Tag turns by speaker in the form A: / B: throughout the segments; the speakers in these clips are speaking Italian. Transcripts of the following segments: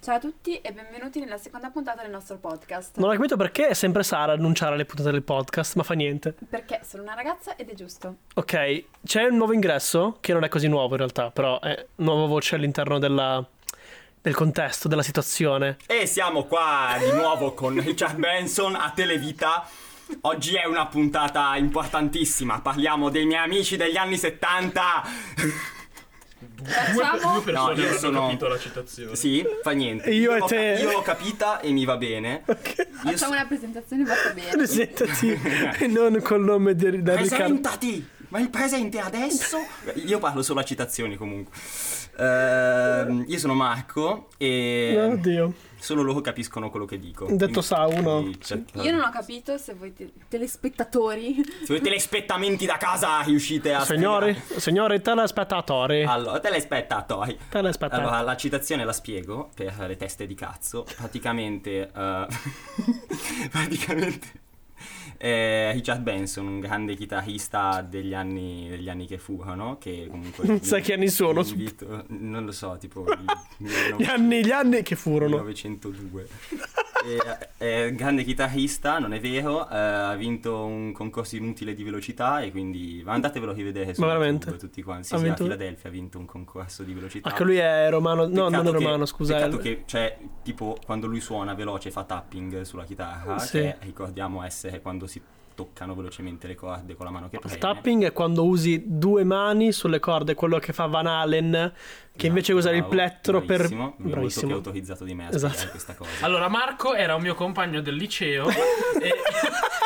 A: Ciao a tutti e benvenuti nella seconda puntata del nostro podcast.
B: Non ho capito perché è sempre Sara a annunciare le puntate del podcast, ma fa niente.
A: Perché sono una ragazza ed è giusto.
B: Ok, c'è un nuovo ingresso, che non è così nuovo in realtà, però è nuova voce all'interno della- del contesto, della situazione.
C: E siamo qua di nuovo con Richard Benson a Televita. Oggi è una puntata importantissima, parliamo dei miei amici degli anni 70.
D: Due,
A: Facciamo-
D: due persone
C: No, io
D: hanno
C: sono-
D: capito la citazione.
C: Sì, fa niente.
B: Io e
C: ho-
B: te.
C: Io l'ho capita e mi va bene. Io
A: Facciamo una presentazione fatta bene.
B: Presentati, e non col nome di, da Riccardo.
C: Presentati! Ma il presente adesso? Io parlo solo a citazioni comunque. Ehm, io sono Marco e
B: Oddio.
C: solo loro capiscono quello che dico.
B: Detto sa, uno.
C: Sì, cioè,
A: Io non ho capito se voi te- telespettatori
C: Se voi telespettamenti da casa riuscite a...
B: Signori, signori telespettatori.
C: Allora, telespettatori.
B: Telespettatori.
C: Ah. Allora, la citazione la spiego per le teste di cazzo. Praticamente, eh, praticamente eh, Richard Benson, un grande chitarrista degli anni, degli anni che furono, che comunque...
B: Sai che anni sono?
C: vi invito- non lo so, tipo...
B: Gli anni, gli anni che furono.
C: 1902. Eh, eh, grande chitarrista, non è vero, eh, ha vinto un concorso inutile di velocità e quindi andatevelo a rivedere su
B: Ma
C: YouTube
B: veramente?
C: tutti quanti.
B: Ha
C: Sì, sì, a
B: vinto-
C: Filadelfia ha vinto un concorso di velocità.
B: Ah, che lui è romano. No,
C: Peccato
B: non è
C: che-
B: romano, scusa. eh.
C: Peccato
B: è-
C: che, cioè, tipo, quando lui suona veloce fa tapping sulla chitarra,
B: Sì.
C: che ricordiamo essere quando si toccano velocemente le corde con la mano che
B: Il
C: preme.
B: tapping è quando usi due mani sulle corde, quello che fa Van Halen, che invece usa il
C: Esatto, Bravo,
B: plettro
C: bravissimo,
B: per...
C: mi è molto più
B: Bravissimo.
C: autorizzato di me a
B: Esatto.
C: spiegare questa cosa.
D: Allora, Marco era un mio compagno del liceo. e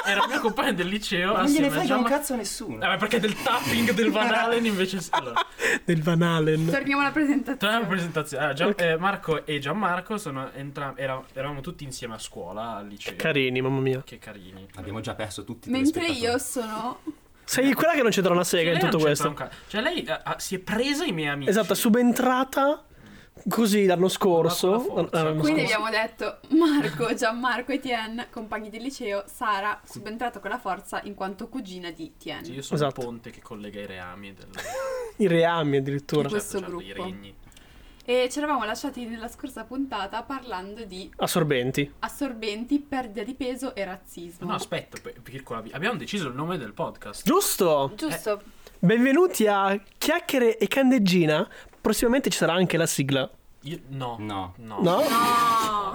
D: era un mio compagno del liceo.
C: non gliene
D: assieme a
C: frega
D: Gian-
C: un cazzo a nessuno.
D: Eh, ma perché del tapping del Van Halen invece. Allora,
B: Del Van
A: torniamo
B: Halen.
A: alla
D: torniamo alla
A: presentazione.
D: presentazione. Allora, Gian-
B: Ok.
D: eh, Marco e Gianmarco sono entrambi. eravamo tutti insieme a scuola al liceo.
B: Carini, mamma mia.
D: che carini.
C: Abbiamo già perso tutti i
A: Mentre
C: telespettatori.
A: io sono
B: Sei quella che non c'entra una sega
D: Cioè, Lei
B: in
D: non
B: tutto
D: c'entra
B: questo.
D: un ca- Cioè, lei eh, ah, si è presa i miei amici.
B: Esatto, è subentrata così l'anno
D: Ma con la
B: scorso. Eh,
D: forza.
B: L'anno
A: Quindi
B: scorso.
A: abbiamo detto Marco, Gianmarco e Tien, compagni di liceo, Sara, subentrato con la forza in quanto cugina di Tien.
D: Io sono
B: Esatto.
D: il ponte che collega i reami del
B: I reami addirittura.
A: Tipo- Questo
D: certo, certo,
A: gruppo.
D: i regni.
A: E ci eravamo lasciati nella scorsa puntata parlando di
B: Assorbenti.
A: assorbenti, perdita di peso e razzismo.
D: No, aspetta, pe- piccola vi- abbiamo deciso il nome del podcast.
B: Giusto!
A: Giusto.
D: Eh.
B: Benvenuti a Chiacchiere e Candeggina. Prossimamente ci sarà anche la sigla.
D: Io, no,
C: No.
D: no,
B: No?
A: No.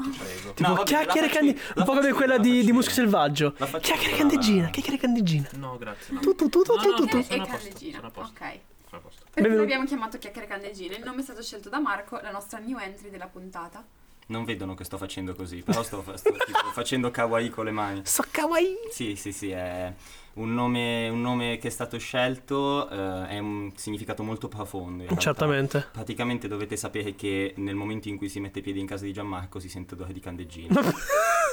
D: ti prego.
B: Tipo
C: No, vabbè,
B: Chiacchiere
C: la
B: e
C: facci-
B: Candeggina.
C: la
B: Un po' come
C: facci-
B: quella
C: la
B: di, di
C: facci-
B: Muschio Selvaggio.
C: la facci-
B: Chiacchiere e
C: la-
B: Candeggina. Chiacchiere e Candeggina.
D: No, grazie. No.
B: Tu, tu, tu, tu,
D: No, no,
B: tu, tu,
C: eh.
D: no,
B: tu.
A: E
D: sono a posto,
A: candeggina.
D: sono a posto.
A: Ok.
D: Sono a posto.
A: Perché
B: Benvenuti.
A: l'abbiamo chiamato Chiacchiere Candeggina? Il nome è stato scelto da Marco, la nostra new entry della puntata.
C: Non vedono che sto facendo così, però sto, sto tipo facendo kawaii con le mani.
B: So kawaii.
C: Sì, sì, sì, è un nome, un nome che è stato scelto, eh, è un significato molto profondo. in realtà.
B: Certamente.
C: Praticamente dovete sapere che nel momento in cui si mette piede in casa di Gianmarco si sente odore di candeggino.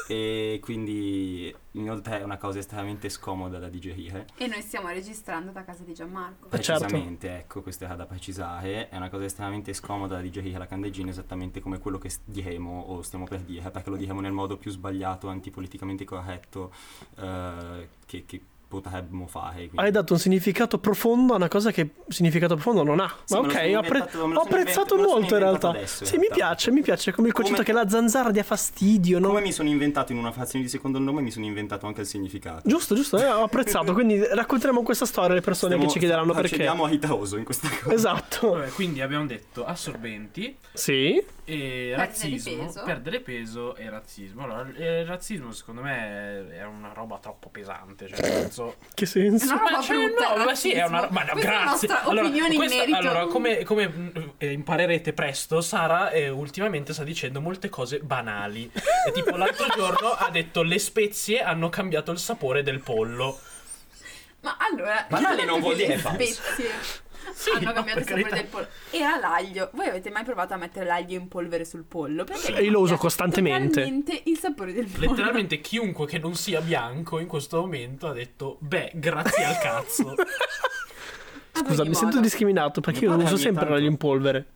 C: e quindi inoltre è una cosa estremamente scomoda da digerire.
A: E noi stiamo registrando da casa di Gianmarco.
B: Eh, certo.
C: Precisamente, ecco, questo era da precisare, è una cosa estremamente scomoda da digerire la candeggina, esattamente come quello che s- diremo o stiamo per dire, perché lo diremo nel modo più sbagliato, antipoliticamente corretto eh, che, che potremmo fare. quindi-
B: Hai dato un significato profondo a una cosa che significato profondo non ha.
C: Sì,
B: Ma
C: me lo
B: ok, ho,
C: sono
B: appre-
C: inventato- me lo
B: ho
C: sono
B: apprezzato
C: inventato- me lo sono
B: molto in realtà.
C: inventato adesso, in
B: sì, mi
C: realtà.
B: piace, mi piace come il concetto
C: Come-
B: che la zanzara dia fastidio, no?
C: Come mi sono inventato in una frazione di secondo il nome, mi sono inventato anche il significato.
B: Giusto, giusto, eh, ho apprezzato. Quindi racconteremo questa storia alle persone
C: Stiamo-
B: che ci chiederanno perché.
C: Procediamo a Itaoso in questa cosa.
B: Esatto.
D: Vabbè, quindi abbiamo detto assorbenti
B: Sì.
D: e razzismo,
A: peso.
D: perdere peso e razzismo. Allora, eh, il razzismo secondo me è una roba troppo pesante, cioè nel senso
B: Che
A: È
B: senso?
A: una roba
D: cioè,
A: brutta,
D: no,
A: il
D: ma sì, è una roba. Ma no,
A: razzismo. Questa è la
D: grazie.
A: nostra
D: allora,
A: opinione in
D: questa-
A: merito.
D: allora, come, come, mh, eh, imparerete presto, Sara eh, ultimamente sta dicendo molte cose banali. E tipo, l'altro giorno ha detto le spezie hanno cambiato il sapore del pollo.
A: Ma allora,
C: Banale non vuol dire
A: le
C: falso.
A: spezie
D: Sì,
A: hanno
D: no,
A: cambiato il
D: per
A: sapore
D: carità.
A: del pollo. Era l'aglio. Voi avete mai provato a mettere l'aglio in polvere sul pollo? Perché
B: Sì, io lo
A: cambia
B: uso costantemente.
A: totalmente il sapore del pollo.
D: Letteralmente chiunque che non sia bianco in questo momento ha detto, beh, grazie al cazzo.
A: Ad
B: Scusa,
A: ogni
B: mi sento
A: modo,
B: discriminato perché
C: Mio
B: io
C: padre
B: uso
C: ogni
B: sempre
C: tanto-
B: l'aglio in polvere.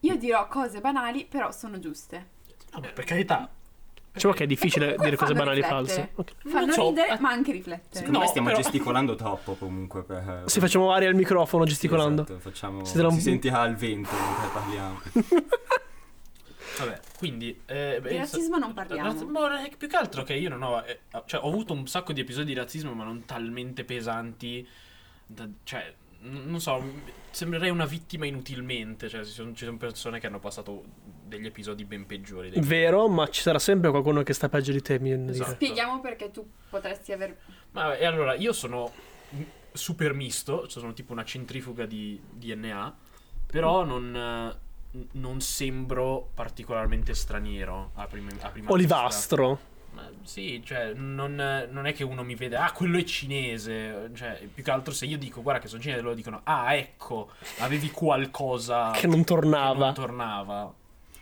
A: Io dirò cose banali, però sono giuste.
D: No, ma per carità.
B: Diciamo che è difficile
A: Comunque
B: dire cose
A: fanno
B: banali
A: riflettere.
B: false. Ok.
A: Fanno
D: Non so,
A: ridere,
D: eh.
A: ma anche riflettere.
C: Secondo me
D: No,
C: stiamo
D: però-
C: gesticolando troppo comunque per...
B: Sì, facciamo aria al microfono
C: Sì,
D: Esatto.
B: gesticolando.
C: esatto, facciamo...
B: Si
C: Si,
B: darà un-
C: sentirà il vento mentre parliamo.
D: Vabbè, quindi... eh, beh,
A: Di razzismo non parliamo.
D: Razz- ma è più che altro che io non ho... eh, cioè, ho avuto un sacco di episodi di razzismo, ma non talmente pesanti. da- cioè, n- non so, m- sembrerei una vittima inutilmente. Cioè, ci sono, ci sono persone che hanno passato degli episodi ben peggiori. dei-
B: Vero, ma ci sarà sempre qualcuno che sta peggio di te, mi viene da dire.
D: Esatto.
A: Spieghiamo perché tu potresti aver...
D: Ma e allora, io sono m- super misto, cioè sono tipo una centrifuga di DNA, però non... eh, n- non sembro particolarmente straniero a prima, a prima vista.
B: Olivastro.
D: Ma Sì, cioè, non, non è che uno mi vede, ah, quello è cinese. Cioè, più che altro se io dico, guarda che sono cinese, loro dicono, ah, ecco, avevi qualcosa
B: Che non
D: che non
B: tornava.
D: tornava.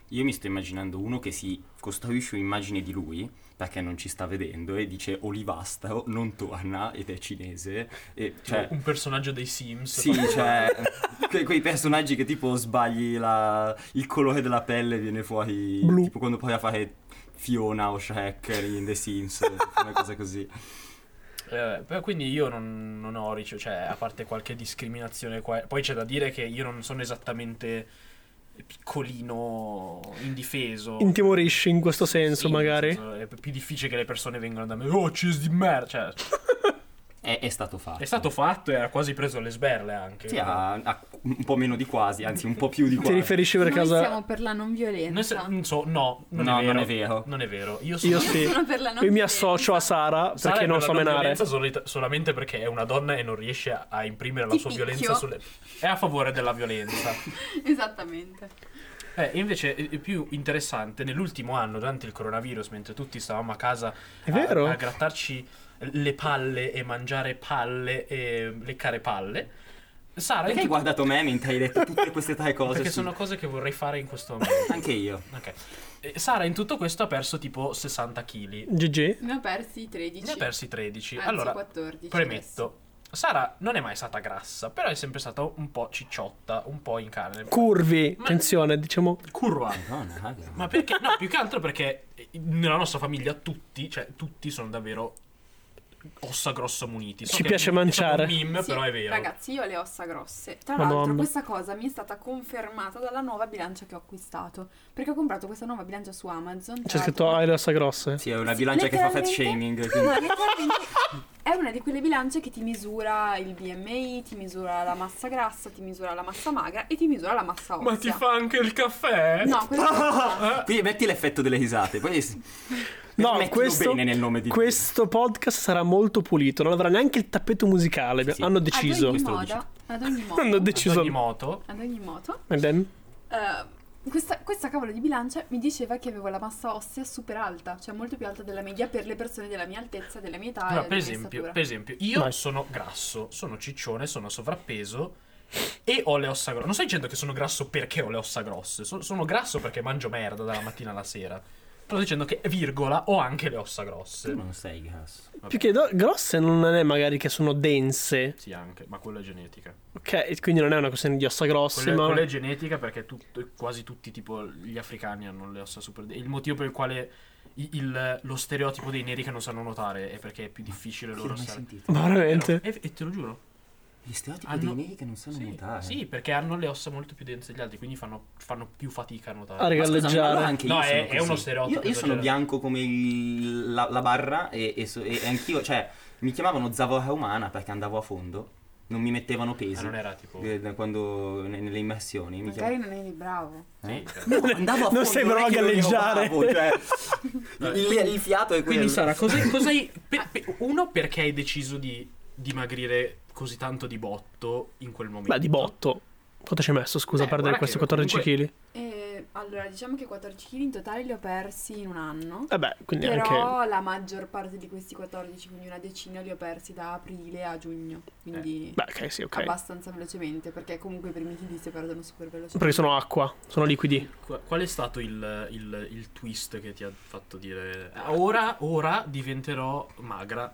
C: Io mi sto immaginando uno che si costruisce un'immagine di lui perché non ci sta vedendo e dice olivastro, non torna ed è cinese. E, cioè,
D: Un personaggio dei Sims.
C: sì, cioè, que- quei personaggi che tipo sbagli la- il colore della pelle e viene fuori,
B: Blu.
C: tipo quando provi a fare Fiona o Shrek in The Sims, tipo una cosa così.
D: Eh, però quindi io non, non ho ricevuto, cioè, a parte qualche discriminazione qua. Poi c'è da dire che io non sono esattamente piccolino, indifeso.
B: Intimorisci in questo senso,
D: Sì, nel
B: magari.
D: senso, è più difficile che le persone vengano da me, oh, cinese di merda. Cioè,
C: È, è stato fatto.
D: è stato fatto e ha quasi preso le sberle anche.
C: Sì, ha- ha un po' meno di quasi, anzi un po' più
B: Ti
C: di quasi.
B: riferisci per
A: Noi
B: caso.
A: siamo per la non violenza.
D: Noi se- non so, no, non,
C: No,
D: è vero,
C: non è vero.
D: Non è vero. Io sono
B: Io sì.
A: sono per la non
B: Io mi
A: violenza.
B: associo a Sara
D: Sara
B: perché
D: è
B: non
D: per
B: so
D: la non
B: menare.
D: violenza soli- solamente perché è una donna e non riesce a, a imprimere la
A: Ti
D: sua
A: picchio.
D: violenza sulle è a favore della violenza.
A: Esattamente.
D: Eh, invece è più interessante nell'ultimo anno durante il coronavirus mentre tutti stavamo a casa
B: È
D: a-
B: vero?
D: A, grattarci le palle e mangiare palle e leccare palle. Sara,
C: Perché hai
D: in tut-
C: guardato me mentre hai detto tutte queste tre cose?
D: perché
C: su-
D: sono cose che vorrei fare in questo momento.
C: Anche io.
D: Ok. Eh, Sara in tutto questo ha perso tipo 60 kg.
B: GG.
A: Ne ho persi 13.
D: Ne ha persi 13.
A: Anzi,
D: allora,
A: 14
D: premetto. Sara non è mai stata grassa, però è sempre stata un po' cicciotta, un po' in carne.
B: Curvi.
D: Ma-
B: Attenzione, diciamo.
D: Curva.
C: Madonna, raga.
D: Ma perché? No, più che altro perché eh, nella nostra famiglia tutti, cioè tutti sono davvero ossa grosso muniti. So
B: Ci
D: che
B: piace
D: è un- è stato
B: mangiare.
D: un meme,
A: Sì,
D: però è vero.
A: Ragazzi, io ho le ossa grosse. Tra
B: Madonna.
A: l'altro, questa cosa mi è stata confermata dalla nuova bilancia che ho acquistato. Perché ho comprato questa nuova bilancia su Amazon. tra
B: C'è scritto
A: l'altro-
B: hai le ossa grosse.
C: Sì, è una bilancia che fa fat
A: letteralmente-
C: shaming. quindi-
A: No, letteralmente è una di quelle bilance che ti misura il BMI, ti misura la massa grassa, ti misura la massa magra e ti misura la massa ossea.
D: Ma ti fa anche il caffè?
A: No, questo
C: Quindi metti l'effetto delle risate, poi s-
B: No,
C: mettilo
B: questo,
C: bene nel nome di Dio.
B: questo podcast sarà molto pulito, non avrà neanche il tappeto musicale. abbi-
C: Sì.
B: Hanno
A: ad
B: deciso.
A: ogni
C: Questo lo
A: moda, ad ogni moto,
B: Hanno
D: Ci
B: deciso.
D: ogni moto.
A: ad ogni moto,
B: And then?
A: eh, questa, questa cavolo di bilancia mi diceva che avevo la massa ossea super alta, cioè molto più alta della media per le persone della mia altezza, della mia età. e
D: Allora,
A: della
D: Ah, per,
A: mia
D: esempio,
A: statura.
D: per esempio, io
B: Vai.
D: sono grasso, sono ciccione, sono sovrappeso e ho le ossa grosse. Non sto dicendo che sono grasso perché ho le ossa grosse, so- sono grasso perché mangio merda dalla mattina alla sera. Sto dicendo che, virgola, ho anche le ossa
C: Tu
D: grosse.
C: non sei grasso.
B: Più che do- grosse non è magari che sono dense.
D: Sì, anche, ma quella è genetica.
B: Ok, quindi non è una questione di ossa grosse,
D: Quella,
B: ma.
D: quella è genetica perché tutto- quasi tutti, tipo, gli africani hanno le ossa super. Il motivo per il quale i- il- lo stereotipo dei neri che non sanno nuotare è perché è più difficile
C: Sì,
D: loro
C: non hai
D: stare.
C: sentito.
B: Ma veramente?
D: E, e te lo giuro.
C: Gli stereotipi
B: Ah,
D: Hanno-
C: dei neri che non sanno
D: Sì,
C: nuotare.
D: sì, perché hanno le ossa molto più dense degli altri, quindi fanno, fanno più fatica a nuotare.
B: A
C: Ma scusa, ma allora
B: regalleggiare.
C: anche
D: No,
C: io sono
D: è- è
C: così.
D: uno stereotipo,
C: Io, io sono
D: esagerato.
C: bianco come il- la, la barra e, e so- e- e anch'io, cioè, mi chiamavano zavorra umana perché andavo a fondo. Non mi mettevano
D: Ah,
C: peso.
D: non era tipo.
C: Eh, da Quando, ne- nelle immersioni mi
A: Magari
C: chiamavano.
A: non eri bravo.
D: Sì,
C: No, andavo a
B: Non
C: fondo,
B: sei
C: è
B: bravo a
C: che non ero
B: galleggiare.
C: bravo, cioè, il, il fiato è quello.
D: Quindi Sara, cos'hai, cos'hai- per- per- uno perché hai deciso di dimagrire così tanto di botto in quel momento?
B: Beh, di botto. Quanto ci hai messo, scusa,
D: Eh,
B: a perdere questi
D: guarda che
B: 14 kg?
D: comunque-
A: E, allora, diciamo che 14 kg in totale li ho persi in un anno.
B: Vabbè, Eh quindi
A: Però
B: anche.
A: la maggior parte di questi 14, quindi una decina, li ho persi da aprile a giugno. Quindi
B: Beh, Eh, ok, sì, ok.
A: abbastanza velocemente, perché comunque i primi chili si perdono super velocemente.
B: Perché sono acqua, sono liquidi.
D: Qua- Qual è stato il, il- il twist che ti ha fatto dire "Ah, ora, ora diventerò magra?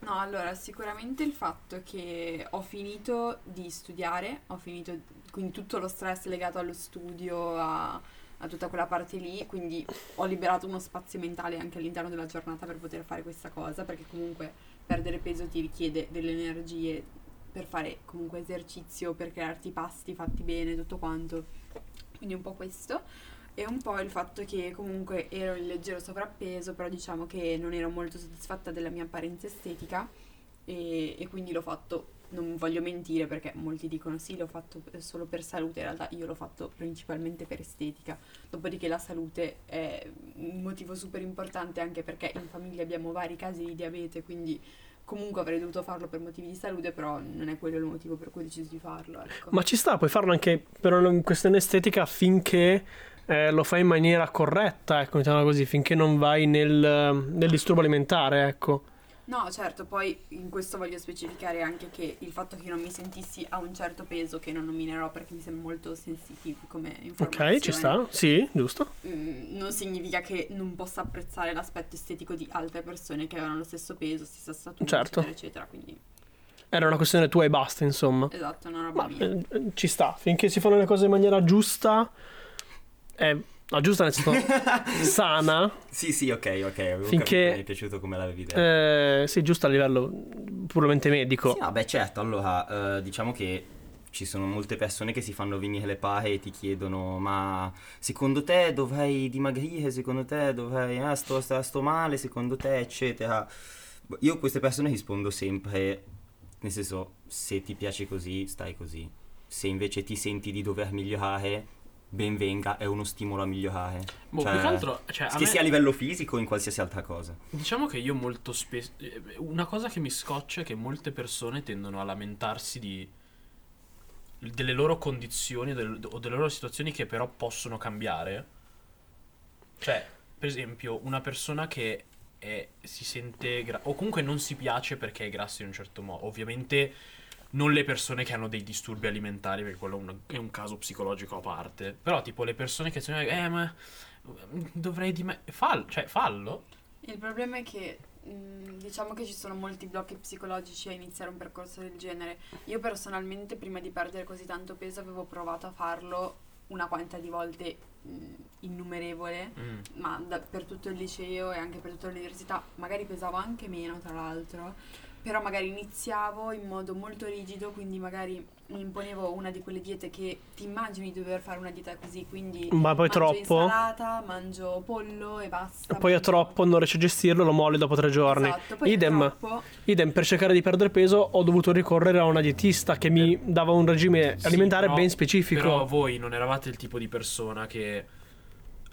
A: No, allora, sicuramente il fatto che ho finito di studiare, ho finito quindi tutto lo stress legato allo studio, a, a tutta quella parte lì, quindi ho liberato uno spazio mentale anche all'interno della giornata per poter fare questa cosa, perché comunque perdere peso ti richiede delle energie per fare comunque esercizio, per crearti pasti fatti bene, tutto quanto. Quindi un po' questo. e un po' il fatto che comunque ero in leggero sovrappeso, però diciamo che non ero molto soddisfatta della mia apparenza estetica e, e quindi l'ho fatto, non voglio mentire perché molti dicono sì, l'ho fatto p- solo per salute, in realtà io l'ho fatto principalmente per estetica, dopodiché la salute è un motivo super importante anche perché in famiglia abbiamo vari casi di diabete, quindi comunque avrei dovuto farlo per motivi di salute, però non è quello il motivo per cui ho deciso di farlo. Ecco.
B: Ma ci sta, puoi farlo anche per una questione estetica finché eh, lo fai in maniera corretta, ecco, diciamo così, finché non vai nel, nel disturbo alimentare, ecco.
A: No, certo, poi in questo voglio specificare anche che il fatto che non mi sentissi a un certo peso che non nominerò perché mi sembra molto sensitivo come informazione.
B: Ok, ci sta, sì, giusto.
A: mm, non significa che non possa apprezzare l'aspetto estetico di altre persone che avevano lo stesso peso, stessa statura,
B: Certo.
A: eccetera, eccetera. Quindi,
B: Era una questione tua e basta, insomma.
A: esatto, è una roba
B: Ma
A: mia.
B: eh, eh, ci sta, finché si fanno le cose in maniera giusta, eh, no, giusta nel senso sana,
C: Sì, sì, ok, ok. avevo
B: Finché-
C: capito, Mi è piaciuto come l'avevi detto.
B: eh, sì, giusta a livello puramente medico.
C: Sì, no, beh, certo, allora, eh, diciamo che ci sono molte persone che si fanno venire le pahe e ti chiedono, ma secondo te dovrei dimagrire, secondo te dovrei, eh, sto, sto- sto male, secondo te, eccetera. Boh, Io a queste persone rispondo sempre, nel senso, se ti piace così, stai così. Se invece ti senti di dover migliorare, ben venga, è uno stimolo a migliorare.
D: Boh, più che altro, cioè, a
C: che
D: me-
C: sia a livello fisico o in qualsiasi altra cosa.
D: Diciamo che io molto spesso. eh, Una cosa che mi scoccia è che molte persone tendono a lamentarsi di. delle loro condizioni del- o delle loro situazioni che però possono cambiare. Cioè, per esempio, una persona che è- si sente. gra- o comunque non si piace perché è grassa in un certo modo. Ovviamente. Non le persone che hanno dei disturbi alimentari, perché quello è un, è un caso psicologico a parte. Però, tipo, le persone che sono. Eh, ma. mm, Dovrei di me. Fallo, cioè, fallo.
A: Il problema è che mh, diciamo che ci sono molti blocchi psicologici a iniziare un percorso del genere. Io personalmente prima di perdere così tanto peso avevo provato a farlo una quantità di volte mh, innumerevole,
D: Mm.
A: ma da- per tutto il liceo e anche per tutta l'università magari pesavo anche meno tra l'altro, però magari iniziavo in modo molto rigido, quindi magari mi imponevo una di quelle diete che ti immagini di dover fare una dieta così, quindi
B: Ma
A: mangio
B: poi troppo,
A: insalata, mangio pollo e basta.
B: poi è
A: mangio-
B: troppo, non riesci a gestirlo, lo molli dopo tre giorni.
A: Esatto, poi
B: Idem.
A: purtroppo-
B: Idem, per cercare di perdere peso ho dovuto ricorrere a una dietista che mi dava un regime
D: Eh. Sì,
B: Eh, alimentare
D: però-
B: ben specifico.
D: Però voi non eravate il tipo di persona che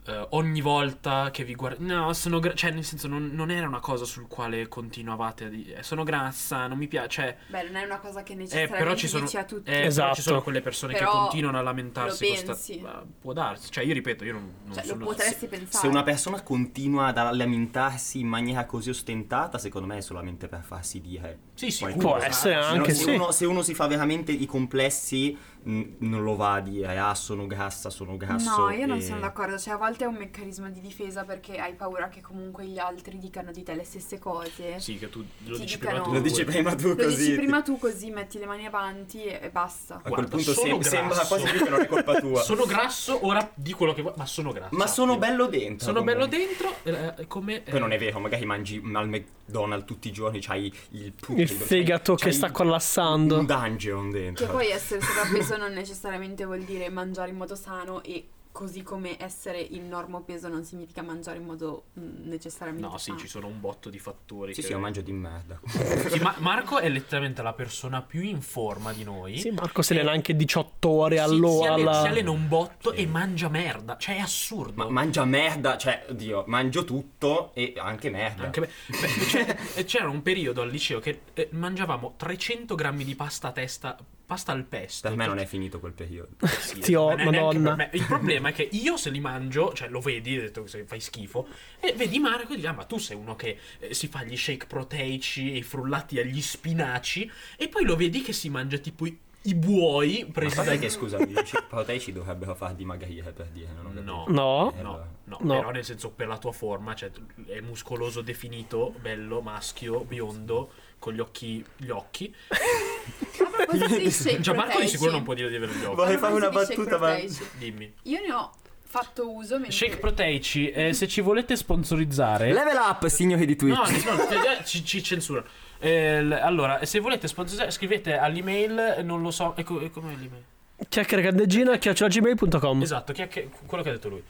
D: eh, ogni volta che vi guardate. No, sono. gra- cioè, nel senso, non, non era una cosa sul quale continuavate a dire. Sono grassa, non mi piace. Cioè,
A: Beh, non è una cosa che
D: eh,
A: necessariamente
D: però ci sono.
A: dici a tutti.
D: eh, però
B: Esatto.
D: ci sono quelle persone che
A: Però
D: continuano a lamentarsi.
A: lo
D: costa-
A: pensi.
D: ma può darsi. Cioè, io ripeto, io non, non
A: cioè, lo
D: sono.
A: potresti pensare.
C: Se una persona continua ad lamentarsi in maniera così ostentata, secondo me è solamente per farsi dire.
D: Sì, sì,
C: qualcosa.
B: Può essere
C: Se no-
B: anche
C: se,
B: sì.
C: uno, se uno si fa veramente i complessi, mh, non lo va a dire, ah, sono grassa, sono grasso.
A: No, io non
C: e-
A: sono d'accordo, cioè a volte è un meccanismo di difesa perché hai paura che comunque gli altri dicano di te le stesse cose.
D: Sì, che tu lo
A: Ti
D: dici
A: dicano-
D: prima tu.
C: Lo dici prima tu
A: Lo
C: così.
A: dici prima tu così, metti le mani avanti e, e basta.
C: A quel
D: Guarda,
C: punto
D: sono
C: sem- sembra
D: grasso.
C: quasi più che non è colpa tua.
D: Sono grasso, ora di quello che vuoi. Ma sono grasso.
C: Ma sono bello dentro.
D: Sono bello
C: comunque.
D: dentro, eh, come.
C: Poi non è vero, magari mangi al McDonald's tutti i giorni, c'hai il
B: Il fegato che sta collassando.
C: Un dungeon dentro.
A: Che poi essere sovrappeso non necessariamente vuol dire mangiare in modo sano e così come essere in normo peso non significa mangiare in modo mm, necessariamente
D: No, sì,
A: sano.
D: ci sono un botto di fattori.
C: Sì,
D: che-
C: sì, io mangio di merda.
D: Sì, ma- Marco è letteralmente la persona più in forma di noi.
B: Sì, Marco se ne dà anche 18 ore all'ora.
D: Si, si Eh. alle- si
B: alla-
D: allena un botto
C: Sì.
D: e mangia merda. Cioè, è assurdo.
C: Ma- mangia merda, cioè, oddio, mangio tutto e anche merda.
D: Anche me- beh, cioè, eh, c'era un periodo al liceo che eh, mangiavamo 300 grammi di pasta a testa, pasta al pesto.
C: Per me non è finito quel periodo.
D: Sì,
B: Zio,
D: ma ne- neanche
B: madonna.
D: per me. Il problema è che io se li mangio, cioè lo vedi, ho detto che fai schifo, e vedi Marco e dici, ah ma tu sei uno che eh, si fa gli shake proteici e i frullati agli spinaci, e poi lo vedi che si mangia tipo i, i buoi
C: Ma
D: presi
C: sai
D: dai...
C: che scusa, i shake proteici dovrebbero far dimagrire eh, per dire, non ho capito.
D: No.
B: No,
C: Eh,
D: No, no,
B: No.
D: però nel senso per la tua forma, cioè tu- è muscoloso, definito, bello, maschio, biondo, con gli occhi, gli occhi.
A: A proposito di shake
D: Gianmarco di
A: proteici-
D: sicuro non può dire di avere gli occhi.
C: Vorrei
A: a
C: fare una
A: proposito di shake
C: battuta, ma-
A: proteici,
D: Dimmi.
A: Io ne ho fatto uso mentre...
D: Shake Proteici, eh, se ci volete sponsorizzare...
C: Eh? Level up, signori di
D: No, no, eh, ci, ci censura. Ehm,
B: Mm.
D: Eh, l- allora, se volete sponsorizzare, scrivete all'email, eh, non lo so, ecco, e com'è l'email?
B: chiacchieracandegina chiacchieragmail.com
D: Esatto, chi è che- quello che ha detto lui.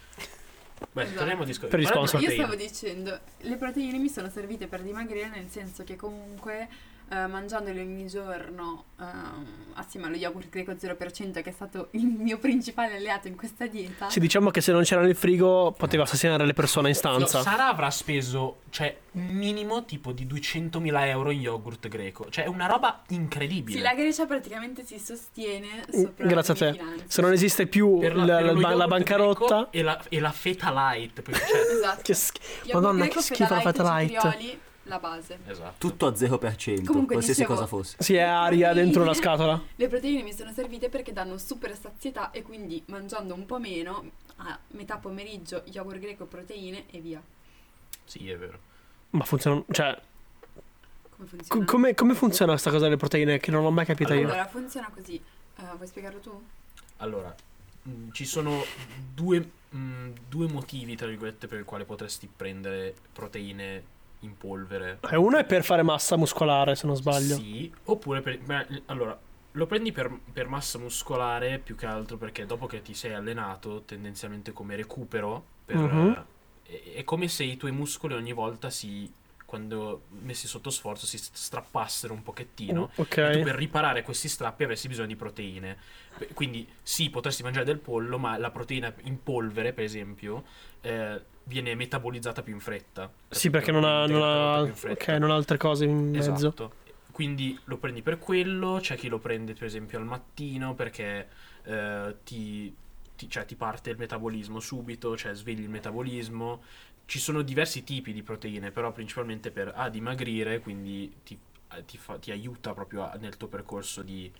D: Beh,
A: Esatto.
D: torniamo al discorso.
B: Per gli
D: Parliamo di
B: sponsor.
A: Io
D: proteine.
A: stavo dicendo, le proteine mi sono servite per dimagrire nel senso che comunque eh, mangiandole ogni giorno ehm, assieme allo yogurt greco 0% che è stato il mio principale alleato in questa dieta,
B: Sì, diciamo che se non c'era nel frigo poteva assassinare le persone in
D: No,
B: stanza.
D: Sara avrà speso, cioè, un minimo tipo di 200.000 euro in yogurt greco. Cioè, è una roba incredibile.
A: sì, la Grecia praticamente si sostiene
B: Mm,
A: sopra
B: Grazie a
A: le
B: te.
A: finanze.
B: Se non esiste più
D: Per
B: la,
D: per
B: la-
D: lo
B: la
D: yogurt
B: bancarotta,
D: greco E la, e la feta light. perché, cioè,
A: Esatto.
B: che sch-
A: Yogurt
B: Madonna,
A: greco,
B: che schifo la feta light.
A: cetrioli, la base.
D: esatto.
C: Tutto a 0%,
A: Comunque,
C: qualsiasi
A: dicevo-
C: cosa fosse.
B: si è aria dentro una scatola.
A: Le proteine mi sono servite perché danno super sazietà e quindi mangiando un po' meno, a metà pomeriggio yogurt greco, proteine e via.
D: Sì, è vero.
B: Ma funziona. Cioè,
A: Come
B: co-
A: funziona?
B: come, come funziona questa cosa delle proteine? Che non l'ho mai capita io.
A: Allora, funziona così. Eh, vuoi spiegarlo tu?
D: Allora, mh, ci sono due, mh, due motivi, tra virgolette, per il quale potresti prendere proteine in polvere.
B: Eh, Uno è per fare massa muscolare, se non sbaglio.
D: Sì, oppure per... beh, allora, lo prendi per, per massa muscolare più che altro perché dopo che ti sei allenato, tendenzialmente come recupero, per,
B: Mhm.
D: eh, è, è come se i tuoi muscoli ogni volta si... quando messi sotto sforzo si strappassero un
B: Uh.
D: pochettino. E tu
B: Ok.
D: per riparare questi strappi avresti bisogno di proteine. Pe- Quindi sì, potresti mangiare del pollo, ma la proteina in polvere, per esempio, eh, viene metabolizzata più in fretta.
B: Sì, perché non ha, non ha-
D: Più in
B: ok,
D: fretta.
B: non ha altre cose in mezzo.
D: Esatto. Quindi lo prendi per quello, c'è chi lo prende per esempio al mattino perché eh, ti, ti- cioè, ti parte il metabolismo subito, cioè svegli il metabolismo. Ci sono diversi tipi di proteine, però principalmente per A dimagrire, quindi ti, eh, ti fa- ti aiuta proprio a- nel tuo percorso di,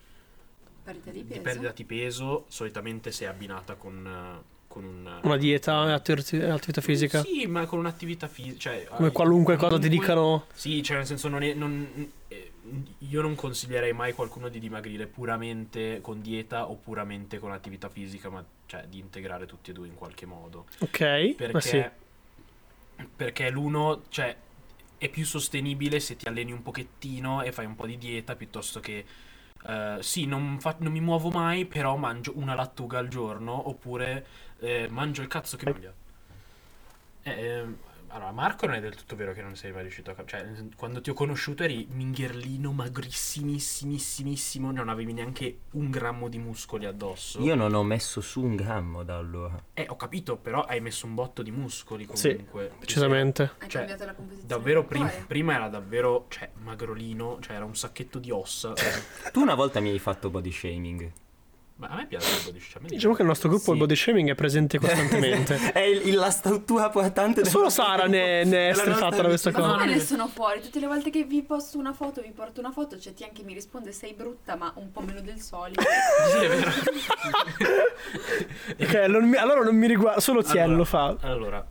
A: Perdita di
D: di
A: peso.
D: perdita di peso, solitamente se abbinata con, eh, con un-
B: Una dieta e attività, attività fisica.
D: Sì, ma con un'attività fisica. Cioè,
B: Come
D: eh,
B: qualunque cosa ti
D: comunque-
B: dicano.
D: sì, cioè nel senso non è, non- eh, io non consiglierei mai qualcuno di dimagrire puramente con dieta o puramente con attività fisica, ma cioè di integrare tutti e due in qualche modo.
B: Ok.
D: Perché,
B: Ma sì.
D: perché l'uno, cioè, è più sostenibile se ti alleni un pochettino e fai un po' di dieta piuttosto che... eh, sì, non, fa- non mi muovo mai, però mangio una lattuga al giorno oppure eh, mangio il cazzo che voglio. Eh, ehm, allora, Marco non è del tutto vero che non sei mai riuscito a... cap- Cioè, nel sen- quando ti ho conosciuto eri mingherlino, magrissimissimissimo, non avevi neanche un grammo di muscoli addosso.
C: Io non ho messo su un grammo da allora.
D: Eh, ho capito, però hai messo un botto di muscoli
B: Sì,
D: comunque. Ti
B: Decisamente.
A: Hai
D: cioè,
A: cambiato la
D: sei-
A: composizione.
D: Davvero,
A: del
D: prim-
A: cuore.
D: prima era davvero, cioè, magrolino, cioè era un sacchetto di ossa. Eh,
C: Tu una volta mi hai fatto body shaming.
D: Ma a me piace il body shaming.
B: Diciamo che il nostro gruppo
C: Sì.
B: il body shaming è presente costantemente.
C: È il- il- la struttura portante del-
B: Solo Sara ne, ne è
C: È la nostra
B: strefata da questa
A: Ma
B: cosa.
A: come
D: no.
A: ne sono fuori? Tutte le volte che vi posto una foto, vi porto una foto, c'è ti anche mi risponde sei brutta, ma un po' meno del solito. Ecco,
D: Sì, è vero.
B: Ok, non mi- allora non mi riguarda. Solo Tiel
D: Allora,
B: lo fa.
D: Allora,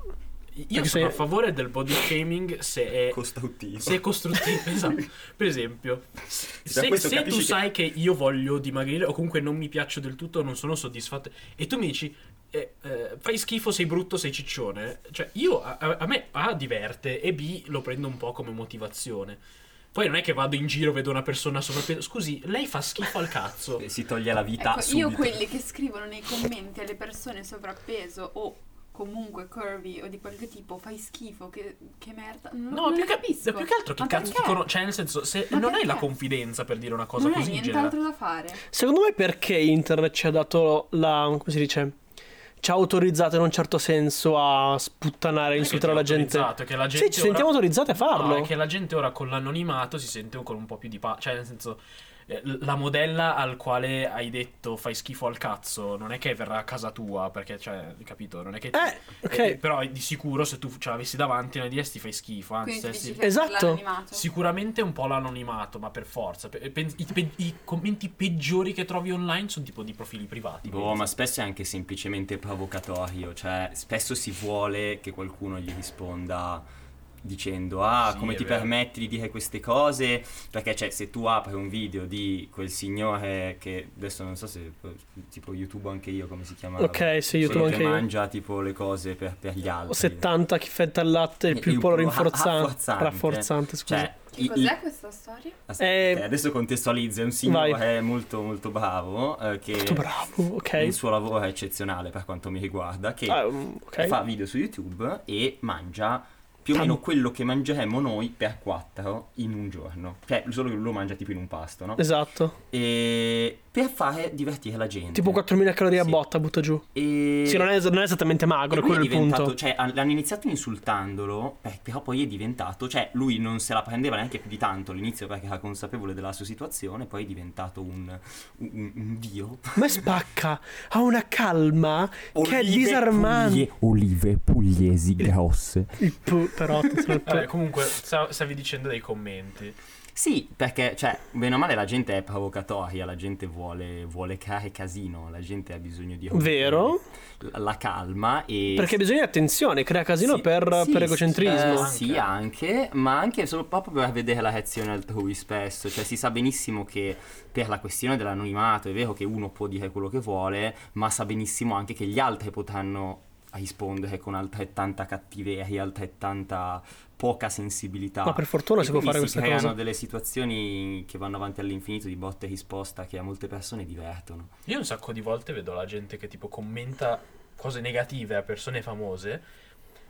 D: io
B: Perché
D: sono
B: se-
D: a favore del body shaming se è
C: costruttivo.
D: Se è costruttivo, esatto. Per esempio, se,
C: questo
D: se tu
C: capisci che-
D: sai che io voglio dimagrire o comunque non mi piaccio del tutto, non sono soddisfatto, e tu mi dici, eh, eh, fai schifo, sei brutto, sei ciccione, cioè io a, a- a me A diverte e B lo prendo un po' come motivazione. Poi non è che vado in giro, vedo una persona sovrappeso. Scusi, lei fa schifo al cazzo.
C: Eh, Si toglie la vita
A: Ecco,
C: subito.
A: io quelli che scrivono nei commenti alle persone sovrappeso o comunque curvy o di qualche tipo, fai schifo, che, che merda. Non,
D: No,
A: non
D: più
A: le
D: che,
A: capisco.
D: più che altro che
A: Ma
D: cazzo ti
A: perché?
D: conosce. Cioè, nel senso, se
A: Ma
D: non hai la
A: perché?
D: confidenza per dire una cosa
A: Non hai
D: così in generale.
A: nient'altro da fare.
B: Secondo me perché internet ci ha dato la... come si dice? Ci ha autorizzato in un certo senso a sputtanare e
D: Non è che
B: insultare
D: ti
B: la
D: ha
B: gente.
D: autorizzato, è che la
B: Sì,
D: gente
B: ci sentiamo
D: ora-
B: autorizzati a farlo. Eh,
D: No, è che la gente ora con l'anonimato si sente con un po' più di pace. Cioè, nel senso, eh, l- la modella al quale hai detto fai schifo al cazzo, non è che verrà a casa tua, perché, cioè, capito? Non è che. ti-
B: Eh, ok.
D: eh, però di sicuro se tu ce l'avessi davanti, non diresti fai schifo. Anzi,
A: Quindi tu
D: diresti-
A: dici che
B: Esatto.
A: l'anonimato.
D: Sicuramente un po' l'anonimato, ma per forza. Pe- pe- i, pe- i commenti peggiori che trovi online sono tipo di profili privati.
C: Boh, ma spesso è anche semplicemente provocatorio, cioè spesso si vuole che qualcuno gli risponda dicendo ah
E: Sì,
C: come
E: è
C: ti
E: vero.
C: permetti di dire queste cose perché cioè se tu apri un video di quel signore che adesso non so se eh, tipo YouTube anche io come si chiama
B: Ok, sì, YouTube
C: che
B: anche io.
C: mangia tipo le cose per, per gli altri
B: Ho 70 chi fetta al latte, il
C: Eh,
B: più
C: il
B: polo
C: più
B: rinforzante.
C: rafforzante.
B: Rafforzante, scusa.
C: cioè
A: Che
C: i-
A: cos'è questa storia?
C: Aspetta,
B: Eh,
C: ok, adesso contestualizza, è un signore molto molto bravo eh, che
B: Molto bravo,
C: il
B: ok.
C: suo lavoro è eccezionale per quanto mi riguarda, che
B: Ah, um, ok.
C: fa video su YouTube e mangia più o
B: Tan-
C: meno quello che mangeremmo noi per quattro in un giorno. Cioè, solo che lui lo mangia tipo in un pasto, no?
B: Esatto.
C: E per fare divertire la gente.
D: Eh.
B: Tipo 4000 calorie a
C: Sì.
B: botta, butto giù.
C: E...
B: Sì, non è, non è esattamente magro, è
C: E lui
B: quello il
C: diventato-
B: punto.
C: Cioè, han- l'hanno iniziato insultandolo, eh, però poi è diventato. Cioè, lui non se la prendeva neanche più di tanto all'inizio perché era consapevole della sua situazione, poi è diventato un, un- un dio.
B: Ma spacca, ha una calma che è
C: Olive
B: disarmante.
C: Puglie- olive pugliesi grosse.
B: Il pu- però, attenzione, il pu-
D: Vabbè, comunque, sta- stavi dicendo dei commenti.
C: Sì, perché, cioè, bene o male la gente è provocatoria, la gente vuole, vuole creare casino, la gente ha bisogno di.
B: Vero?
C: La, la calma e.
B: Perché bisogna di attenzione, crea casino
C: Sì,
B: per,
C: sì,
B: per
C: sì,
B: egocentrismo.
C: eh, Sì, anche, ma anche solo proprio per vedere la reazione altrui spesso. Cioè, si sa benissimo che per la questione dell'anonimato è vero che uno può dire quello che vuole, ma sa benissimo anche che gli altri potranno rispondere con altrettanta cattiveria, altrettanta poca sensibilità.
B: Ma per fortuna
C: E
B: si può
C: quindi
B: fare
C: si
B: questa
C: creano
B: cosa.
C: delle situazioni che vanno avanti all'infinito di botte e risposta che a molte persone divertono.
D: Io un sacco di volte vedo la gente che tipo commenta cose negative a persone famose.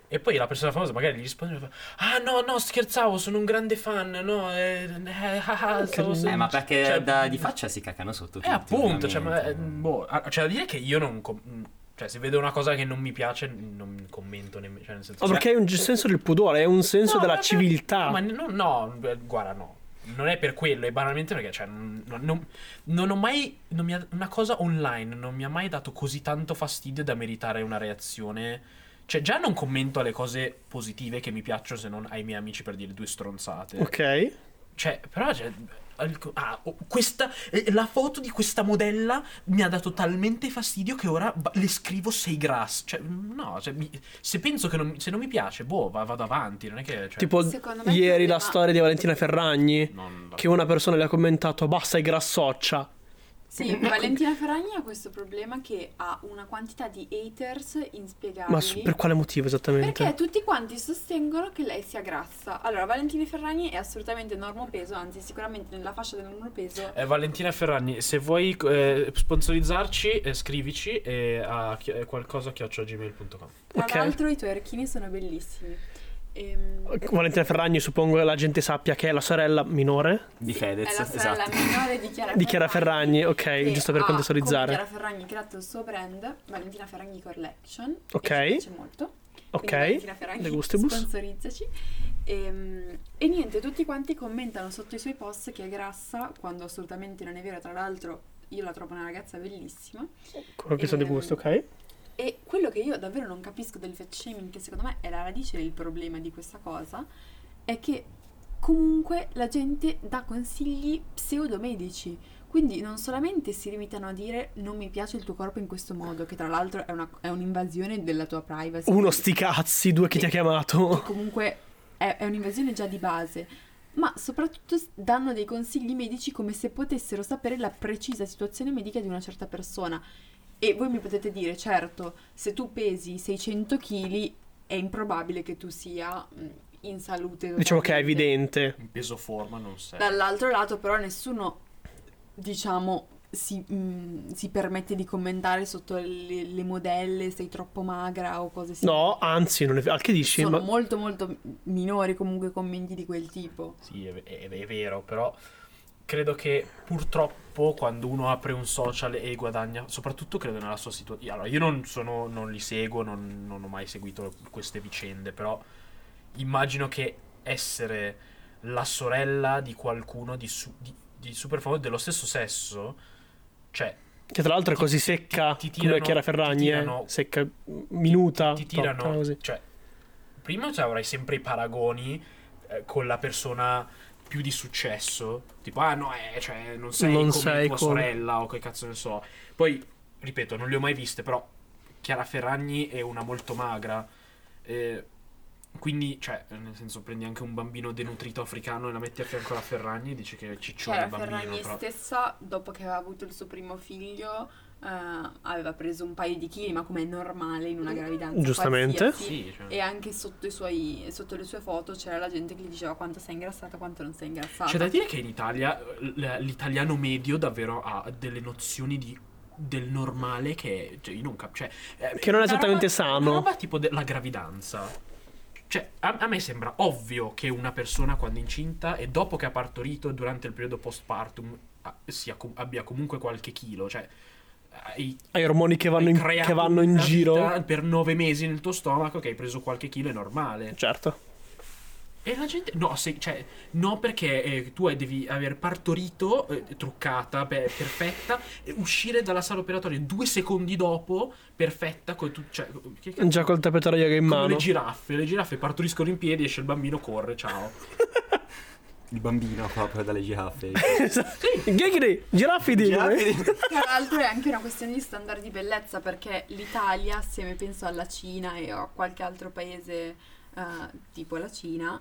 D: E poi la persona famosa magari gli risponde e fa, Ah no, no, scherzavo, sono un grande fan. No, eh, eh, ah, ah, stavo sem-
C: Eh, ma perché
D: cioè,
C: da- di faccia si cacano sotto tutti.
D: Eh, appunto, cioè, ma, eh,
C: ovviamente.
D: boh, ah, cioè, da dire che io non. com- mm, cioè, se vedo una cosa che non mi piace, non commento nemmeno. Cioè, nel senso.
B: Ma
D: cioè-
B: Oh, perché è un gi- senso del pudore, è un senso
D: No,
B: della
D: ma-
B: civiltà.
D: Ma no, no, eh, guarda, no. Non è per quello, è banalmente perché, cioè, non, non- non ho mai. non mi ha- una cosa online non mi ha mai dato così tanto fastidio da meritare una reazione. Cioè, già non commento alle cose positive che mi piacciono se non ai miei amici per dire due stronzate.
B: Ok.
D: Cioè, però cioè, alc- ah, oh, questa, eh, la foto di questa modella mi ha dato talmente fastidio che ora va- le scrivo sei grass. Cioè, no, cioè, mi- se penso che non, se non mi piace, boh, va- vado avanti. Non è che. Cioè,
B: Tipo
A: Secondo me il
B: ieri la
A: problema-
B: storia di Valentina Ferragni,
D: non-
B: che una persona le ha commentato basta è grassoccia. Eh,
A: Sì,
B: ecco.
A: Valentina Ferragni ha questo problema che ha una quantità di haters inspiegabili.
B: Ma su- per quale motivo esattamente?
A: Perché tutti quanti sostengono che lei sia grassa. Allora, Valentina Ferragni è assolutamente normopeso, anzi sicuramente nella fascia del normopeso.
D: Eh, Valentina Ferragni, se vuoi eh, sponsorizzarci, eh, scrivici eh, a chi- eh, qualcosa chiocciogmail.com.
A: Tra
B: ok.
A: l'altro i tuoi archini sono bellissimi.
B: Eh,
A: Ehm,
B: Valentina Ferragni suppongo che la gente sappia che è la sorella minore
C: Di
A: è
C: Fedez,
A: la sorella
C: esatto.
A: minore di Chiara
B: di Chiara Ferragni, ok,
A: che
B: giusto per
A: ha,
B: contestualizzare.
A: come Chiara Ferragni ha creato il suo brand, Valentina Ferragni Collection. che
B: Ok.
A: ci piace molto. Quindi Valentina
B: Ok.
A: Ferragni
B: De gustibus.
A: sponsorizzaci. Ehm, E, niente, tutti quanti commentano sotto i suoi post che è grassa, quando assolutamente non è vero. Tra l'altro, io la trovo una ragazza bellissima.
B: Quello che so di gusto, ok?
A: E quello che io davvero non capisco del fat shaming, che secondo me è la radice del problema di questa cosa, è che comunque la gente dà consigli pseudomedici. Quindi non solamente si limitano a dire non mi piace il tuo corpo in questo modo, che tra l'altro è, una- è un'invasione della tua privacy.
B: Uno sti cazzi, due chi ti ha
A: che
B: chiamato.
A: comunque è, è un'invasione già di base, ma soprattutto s- danno dei consigli medici come se potessero sapere la precisa situazione medica di una certa persona. E voi mi potete dire, certo, se tu pesi 600 kg è improbabile che tu sia mh, in salute.
B: Diciamo che è
A: totalmente.
B: evidente.
D: In peso forma non sei.
A: Dall'altro lato però nessuno, diciamo, si, mh, si permette di commentare sotto le, le modelle sei troppo magra o cose simili.
B: No, anzi, non è vero. Che dici?
A: Sono
B: Ma-
A: molto molto minori comunque commenti di quel tipo.
D: Sì, è, è- è vero, però credo che purtroppo quando uno apre un social e guadagna, soprattutto credo nella sua situazione. Allora, io non sono, non li seguo, non, non ho mai seguito queste vicende, però immagino che essere la sorella di qualcuno di, su- di, di super famoso dello stesso sesso, cioè
B: Che tra l'altro è così secca
D: Ti- ti
B: come
D: tirano-
B: Chiara
D: ti
B: Ferragni, eh.
D: tirano-
B: secca minuta.
D: ti
B: tocca,
D: tirano.
B: così.
D: Cioè, prima cioè, avrai sempre i paragoni eh, con la persona più di successo. Tipo, ah no, eh, cioè, non sei
B: Non
D: come
B: sei
D: tua
B: come-
D: sorella o che cazzo ne so. Poi, ripeto, non le ho mai viste, però Chiara Ferragni è una molto magra. eh, Quindi, cioè, nel senso, prendi anche un bambino denutrito africano e la metti a fianco alla Ferragni e dici che è
A: Cioè,
D: ciccione
A: la
D: il bambino.
A: Ferragni
D: però-
A: stessa, dopo che aveva avuto il suo primo figlio, eh, aveva preso un paio di chili, ma come è normale in una gravidanza.
B: Giustamente.
A: qualsiasi.
D: Sì, cioè.
A: E anche sotto, i suoi, sotto le sue foto c'era la gente che gli diceva quanto sei ingrassata, quanto non sei ingrassata.
D: C'è da dire che in Italia l- l'italiano medio davvero ha delle nozioni di- del normale che cioè, io non capisco. Cioè, eh,
B: Che non è
D: una
B: esattamente
D: roba-
B: sano.
D: Una roba tipo della gravidanza. Cioè, a, a me sembra ovvio che una persona quando è incinta e dopo che ha partorito e durante il periodo postpartum ah, sia com- abbia comunque qualche chilo. Cioè, hai,
B: Hai ormoni che vanno
D: hai
B: in,
D: creato
B: che vanno in
D: una
B: giro.
D: vita Per nove mesi nel tuo stomaco che hai preso qualche chilo è normale.
B: Certo.
D: E la gente. No, se- cioè, no perché eh, tu eh, devi aver partorito, eh, truccata, beh, perfetta, e uscire dalla sala operatoria due secondi dopo, perfetta, con tu, cioè, che cazzo?
B: Già col tappeto a ragà in
D: Come le
B: mano.
D: giraffe, le giraffe partoriscono in piedi, esce il bambino, corre, ciao.
C: Il bambino proprio dalle giraffe.
B: Ghigli, giraffidi.
C: Giraffe?
A: Tra l'altro è anche una questione di standard di bellezza perché l'Italia, assieme penso alla Cina e a qualche altro paese eh, tipo la Cina,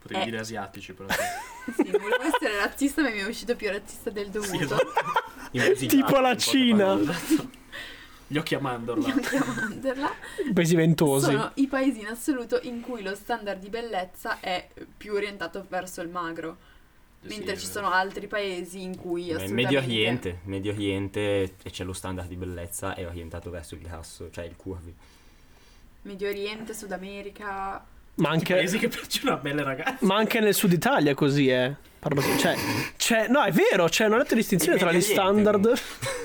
D: Potevi
A: Eh.
D: dire asiatici, però.
A: sì, volevo essere razzista ma mi è uscito più razzista del dovuto.
D: Sì, esatto.
C: Imbrasigliati,
B: Tipo la
C: in poche
B: Cina.
C: parole.
D: Gli occhi a mandorla.
A: Chiamanderla.
B: Paesi ventosi.
A: Sono i paesi in assoluto in cui lo standard di bellezza è più orientato verso il magro, mentre ci sono altri paesi in cui
C: Beh,
A: assolutamente
C: Medio Oriente, Medio Oriente e c'è lo standard di bellezza è orientato verso il grasso, cioè il curvy.
A: Medio Oriente, Sud America, eh,
B: Ma
D: Anche...
B: anche,
D: Paesi che piacciono a belle ragazze.
B: ma anche nel sud Italia così è. Parlo- cioè, c'è- no, è vero, c'è una netta distinzione tra gli
C: Medio
B: standard.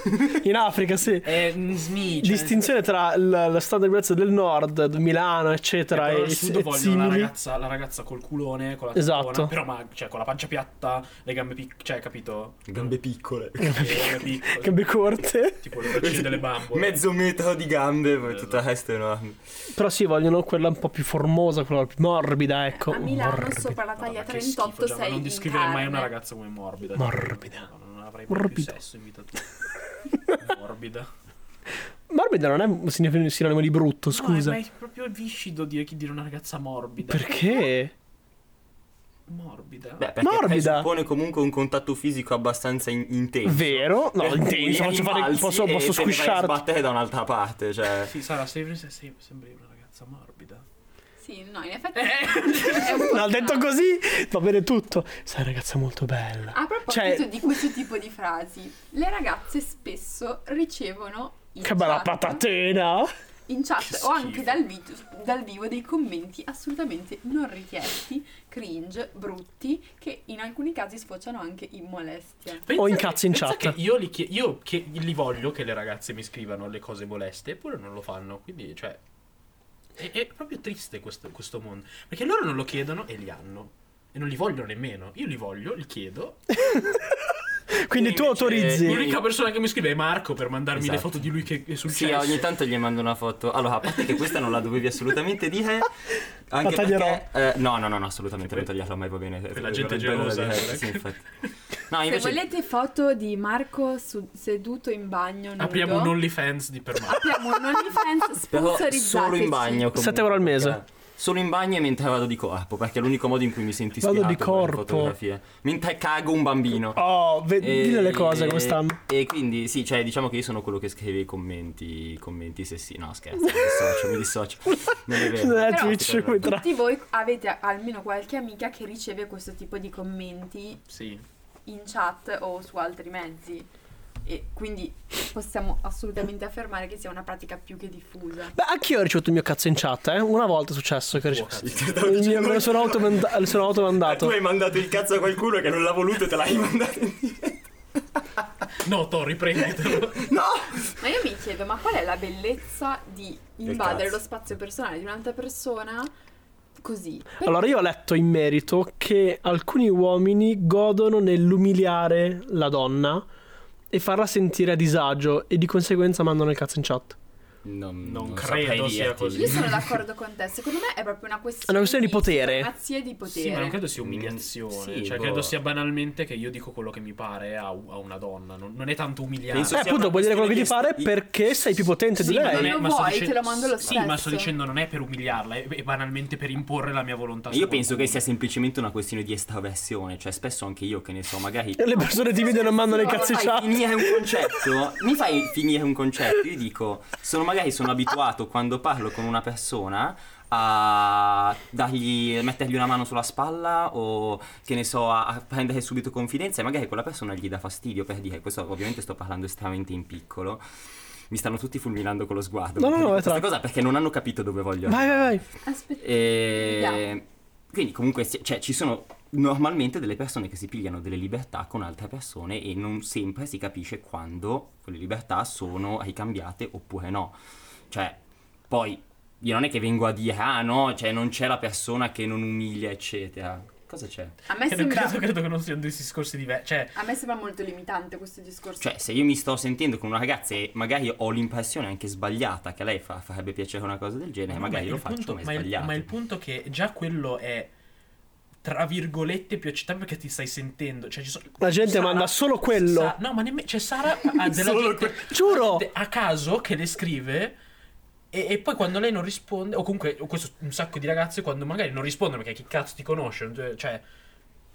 C: Oriente,
B: in Africa, sì.
D: Eh, sni, cioè,
B: Distinzione tra il- la standard di bellezza del nord, Milano,
C: Eh,
B: eccetera,
D: Però
B: e,
D: al sud
B: e
D: vogliono la
B: simili.
D: ragazza, la ragazza col culone, con la
B: Esatto.
D: tettona, però ma, cioè, con la pancia piatta, le gambe piccole, cioè, capito?
C: Gambe piccole.
D: Le gambe piccole,
B: Gambe corte.
D: tipo le braccine delle bambole.
C: Mezzo metro di gambe, poi tutto il resto è enorme.
B: Però sì, vogliono quella un po' più formosa, quella più morbida, ecco.
A: a Milano
B: Morbida.
A: sopra la
D: Madonna,
A: taglia
D: che schifo,
A: 38
D: già, ma
A: sei
D: Non
A: in
D: descrivere mai
A: carne.
D: una ragazza come morbida.
B: Morbida.
D: No, non avrei mai più
B: Morbida.
D: sesso in vita tua. morbida.
B: Morbida non è un sinonimo sinonimo di brutto, Oh, scusa.
D: No, è- ma è proprio viscido dire, dire una ragazza morbida.
B: Perché?
D: Morbida.
C: Beh, perché
B: Morbida.
C: presuppone comunque un contatto fisico abbastanza in- intenso.
B: Vero? No,
C: Per cui
B: intenso, faccio fare-
C: rimbalzi
B: posso, posso
C: e te ne vai a
B: squisciarti.
C: sbattere da un'altra parte, cioè...
D: Sì, Sara, sei, sei, sei- sembri una ragazza morbida.
A: Sì, no, in effetti
D: Eh.
A: è un po'
B: No, detto
A: strano.
B: così va bene tutto. Sai, ragazza, molto bella.
A: A proposito
B: Cioè-
A: di questo tipo di frasi, le ragazze spesso ricevono in
B: Che bella
A: chat-
B: patatina.
A: in chat
D: Che
A: o anche
D: schifo.
A: dal, vi- dal vivo dei commenti assolutamente non richiesti, cringe, brutti, che in alcuni casi sfociano anche in
C: Eh,
A: molestia.
D: Pensa
B: O
D: che-
B: incazzi in
D: pensa
B: chat.
D: che Io, li, chie- io che- li voglio che le ragazze mi scrivano le cose moleste, eppure non lo fanno. Quindi, cioè. È, è proprio triste questo, questo mondo. Perché loro non lo chiedono e li hanno. E non li vogliono nemmeno. Io li voglio, li chiedo.
B: Quindi tu
C: Invece-
B: autorizzi.
D: L'unica persona che mi scrive è Marco per mandarmi le
C: Esatto.
D: foto di lui che è sul
C: Sì,
D: cesso.
C: ogni tanto gli mando una foto. Allora, a parte che questa non la dovevi assolutamente dire. Anche
B: La taglierò.
C: perché- eh, no, no, no, no, assolutamente non tagliarla mai, va bene.
D: la gente
C: È bello da
D: gelosa,
C: dire,
D: eh.
C: Sì, infatti. No,
A: Se
C: invece...
A: volete foto di Marco su- seduto in bagno nudo,
D: Apriamo un OnlyFans di per Marco.
A: apriamo un OnlyFans
C: Però
A: sponsorizzateci.
C: solo in bagno. comunque,
B: 7 euro al mese.
C: perché- Solo in bagno e mentre vado di corpo, perché è l'unico modo in cui mi sento
B: Vado
C: ispirato.
B: di
C: con le
B: corpo.
C: Fotografie. Mentre cago un bambino.
B: Oh, ve-
D: Eh,
C: E-
B: dille le cose come stanno.
C: E quindi sì, cioè diciamo che io sono quello che scrive i commenti, i commenti sessi. No, scherzo, mi dissocio, mi dissocio. Non
D: eh,
C: è vero.
B: Non è
A: Però-
B: Twitch,
C: Però-
B: tra-
A: Tutti voi avete almeno qualche amica che riceve questo tipo di commenti
D: Sì.
A: in chat o su altri mezzi. E quindi possiamo assolutamente affermare che sia una pratica più che diffusa.
B: Beh, anch'io ho ricevuto il mio cazzo in chat, eh. Una volta è successo che ho
D: Oh,
B: ricevuto.
C: Sì, te stavo
B: Il mio-
C: dicendo-
B: me lo sono automanda- lo sono
C: Cioè, Tu
D: Eh,
B: automandato.
C: hai mandato il cazzo a qualcuno che non l'ha voluto e te l'hai mandato indietro.
D: No, Tor, riprendetelo.
C: No!
A: Ma io mi chiedo, ma qual è la bellezza di invadere
C: cazzo.
A: lo spazio personale di un'altra persona così?
C: Ah,
B: Allora, io ho letto in merito che alcuni uomini godono nell'umiliare la donna e farla sentire a disagio e di conseguenza mandano il cazzo in chat.
C: Non,
D: Non
C: saprei
D: credo sia
C: dirti.
D: così.
A: Io sono d'accordo con te, secondo me è proprio una questione,
B: Una questione di potere.
A: supremazia e di potere.
D: Sì, ma non credo sia
C: Mm,
D: umiliazione.
C: sì,
D: cioè,
C: boh.
D: credo sia banalmente che io dico quello che mi pare a, a una donna. Non, non è tanto umiliante.
C: Penso
B: Eh,
C: sia
B: appunto,
C: una
B: puoi dire quello che ti
C: questione
B: pare
C: di-
B: perché sei più potente
D: Sì,
B: di
D: ma
B: lei.
D: non è-
A: lo
D: ma sto
A: Cioè, vuoi,
D: dicen-
A: te lo mando lo
D: Sì, ma sto
A: stesso.
D: dicendo non è per umiliarla, è, è banalmente per imporre la mia volontà.
C: Ma
D: su
C: Io penso che sia
D: qualcuno.
C: semplicemente una questione di estraversione, cioè spesso anche io che ne so, magari
B: Le persone ti vedono e mandano i
A: Ma
B: cazzi
A: fai
B: chat.
C: finire un concetto, mi fai finire un concetto, io dico, sono magari sono abituato quando parlo con una persona a dargli, mettergli una mano sulla spalla o che ne so, a, a prendere subito confidenza e magari quella persona gli dà fastidio per dire, questo ovviamente sto parlando estremamente in piccolo. Mi stanno tutti fulminando con lo sguardo.
B: No, no, no,
C: Dico
B: è
C: questa
B: tranquillo.
C: cosa perché non hanno capito dove voglio
B: Vai, vai, vai.
A: Aspetta.
C: Eh, E... Ehm, Quindi comunque se- cioè, ci sono normalmente delle persone che si pigliano delle libertà con altre persone e non sempre si capisce quando quelle libertà sono ricambiate oppure no. Cioè, poi io non è che vengo a dire ah no, cioè non c'è la persona che non umilia, eccetera. Cosa c'è?
A: A me
D: Credo,
A: sembra...
D: credo, credo che non siano due discorsi diversi. Cioè,
A: A me sembra molto limitante questo discorso.
C: Cioè, se io mi sto sentendo con una ragazza e magari ho l'impressione anche sbagliata che a lei fa- farebbe piacere una cosa del genere,
D: no,
C: Eh, magari
D: ma
C: lo
D: il
C: faccio,
D: punto-
C: ma è
D: ma, il,
C: sbagliato.
D: ma il punto è che già quello è tra virgolette più accettabile perché ti stai sentendo. Cioè, ci sono-
B: La gente manda solo quello.
D: Sa- no, ma nemmeno. Cioè, Sara ha della
C: Solo
D: gente
B: Giuro!
D: de- a caso che le scrive. E, e poi quando lei non risponde, o comunque o questo un sacco di ragazze, quando magari non rispondono perché chi cazzo ti conosce, cioè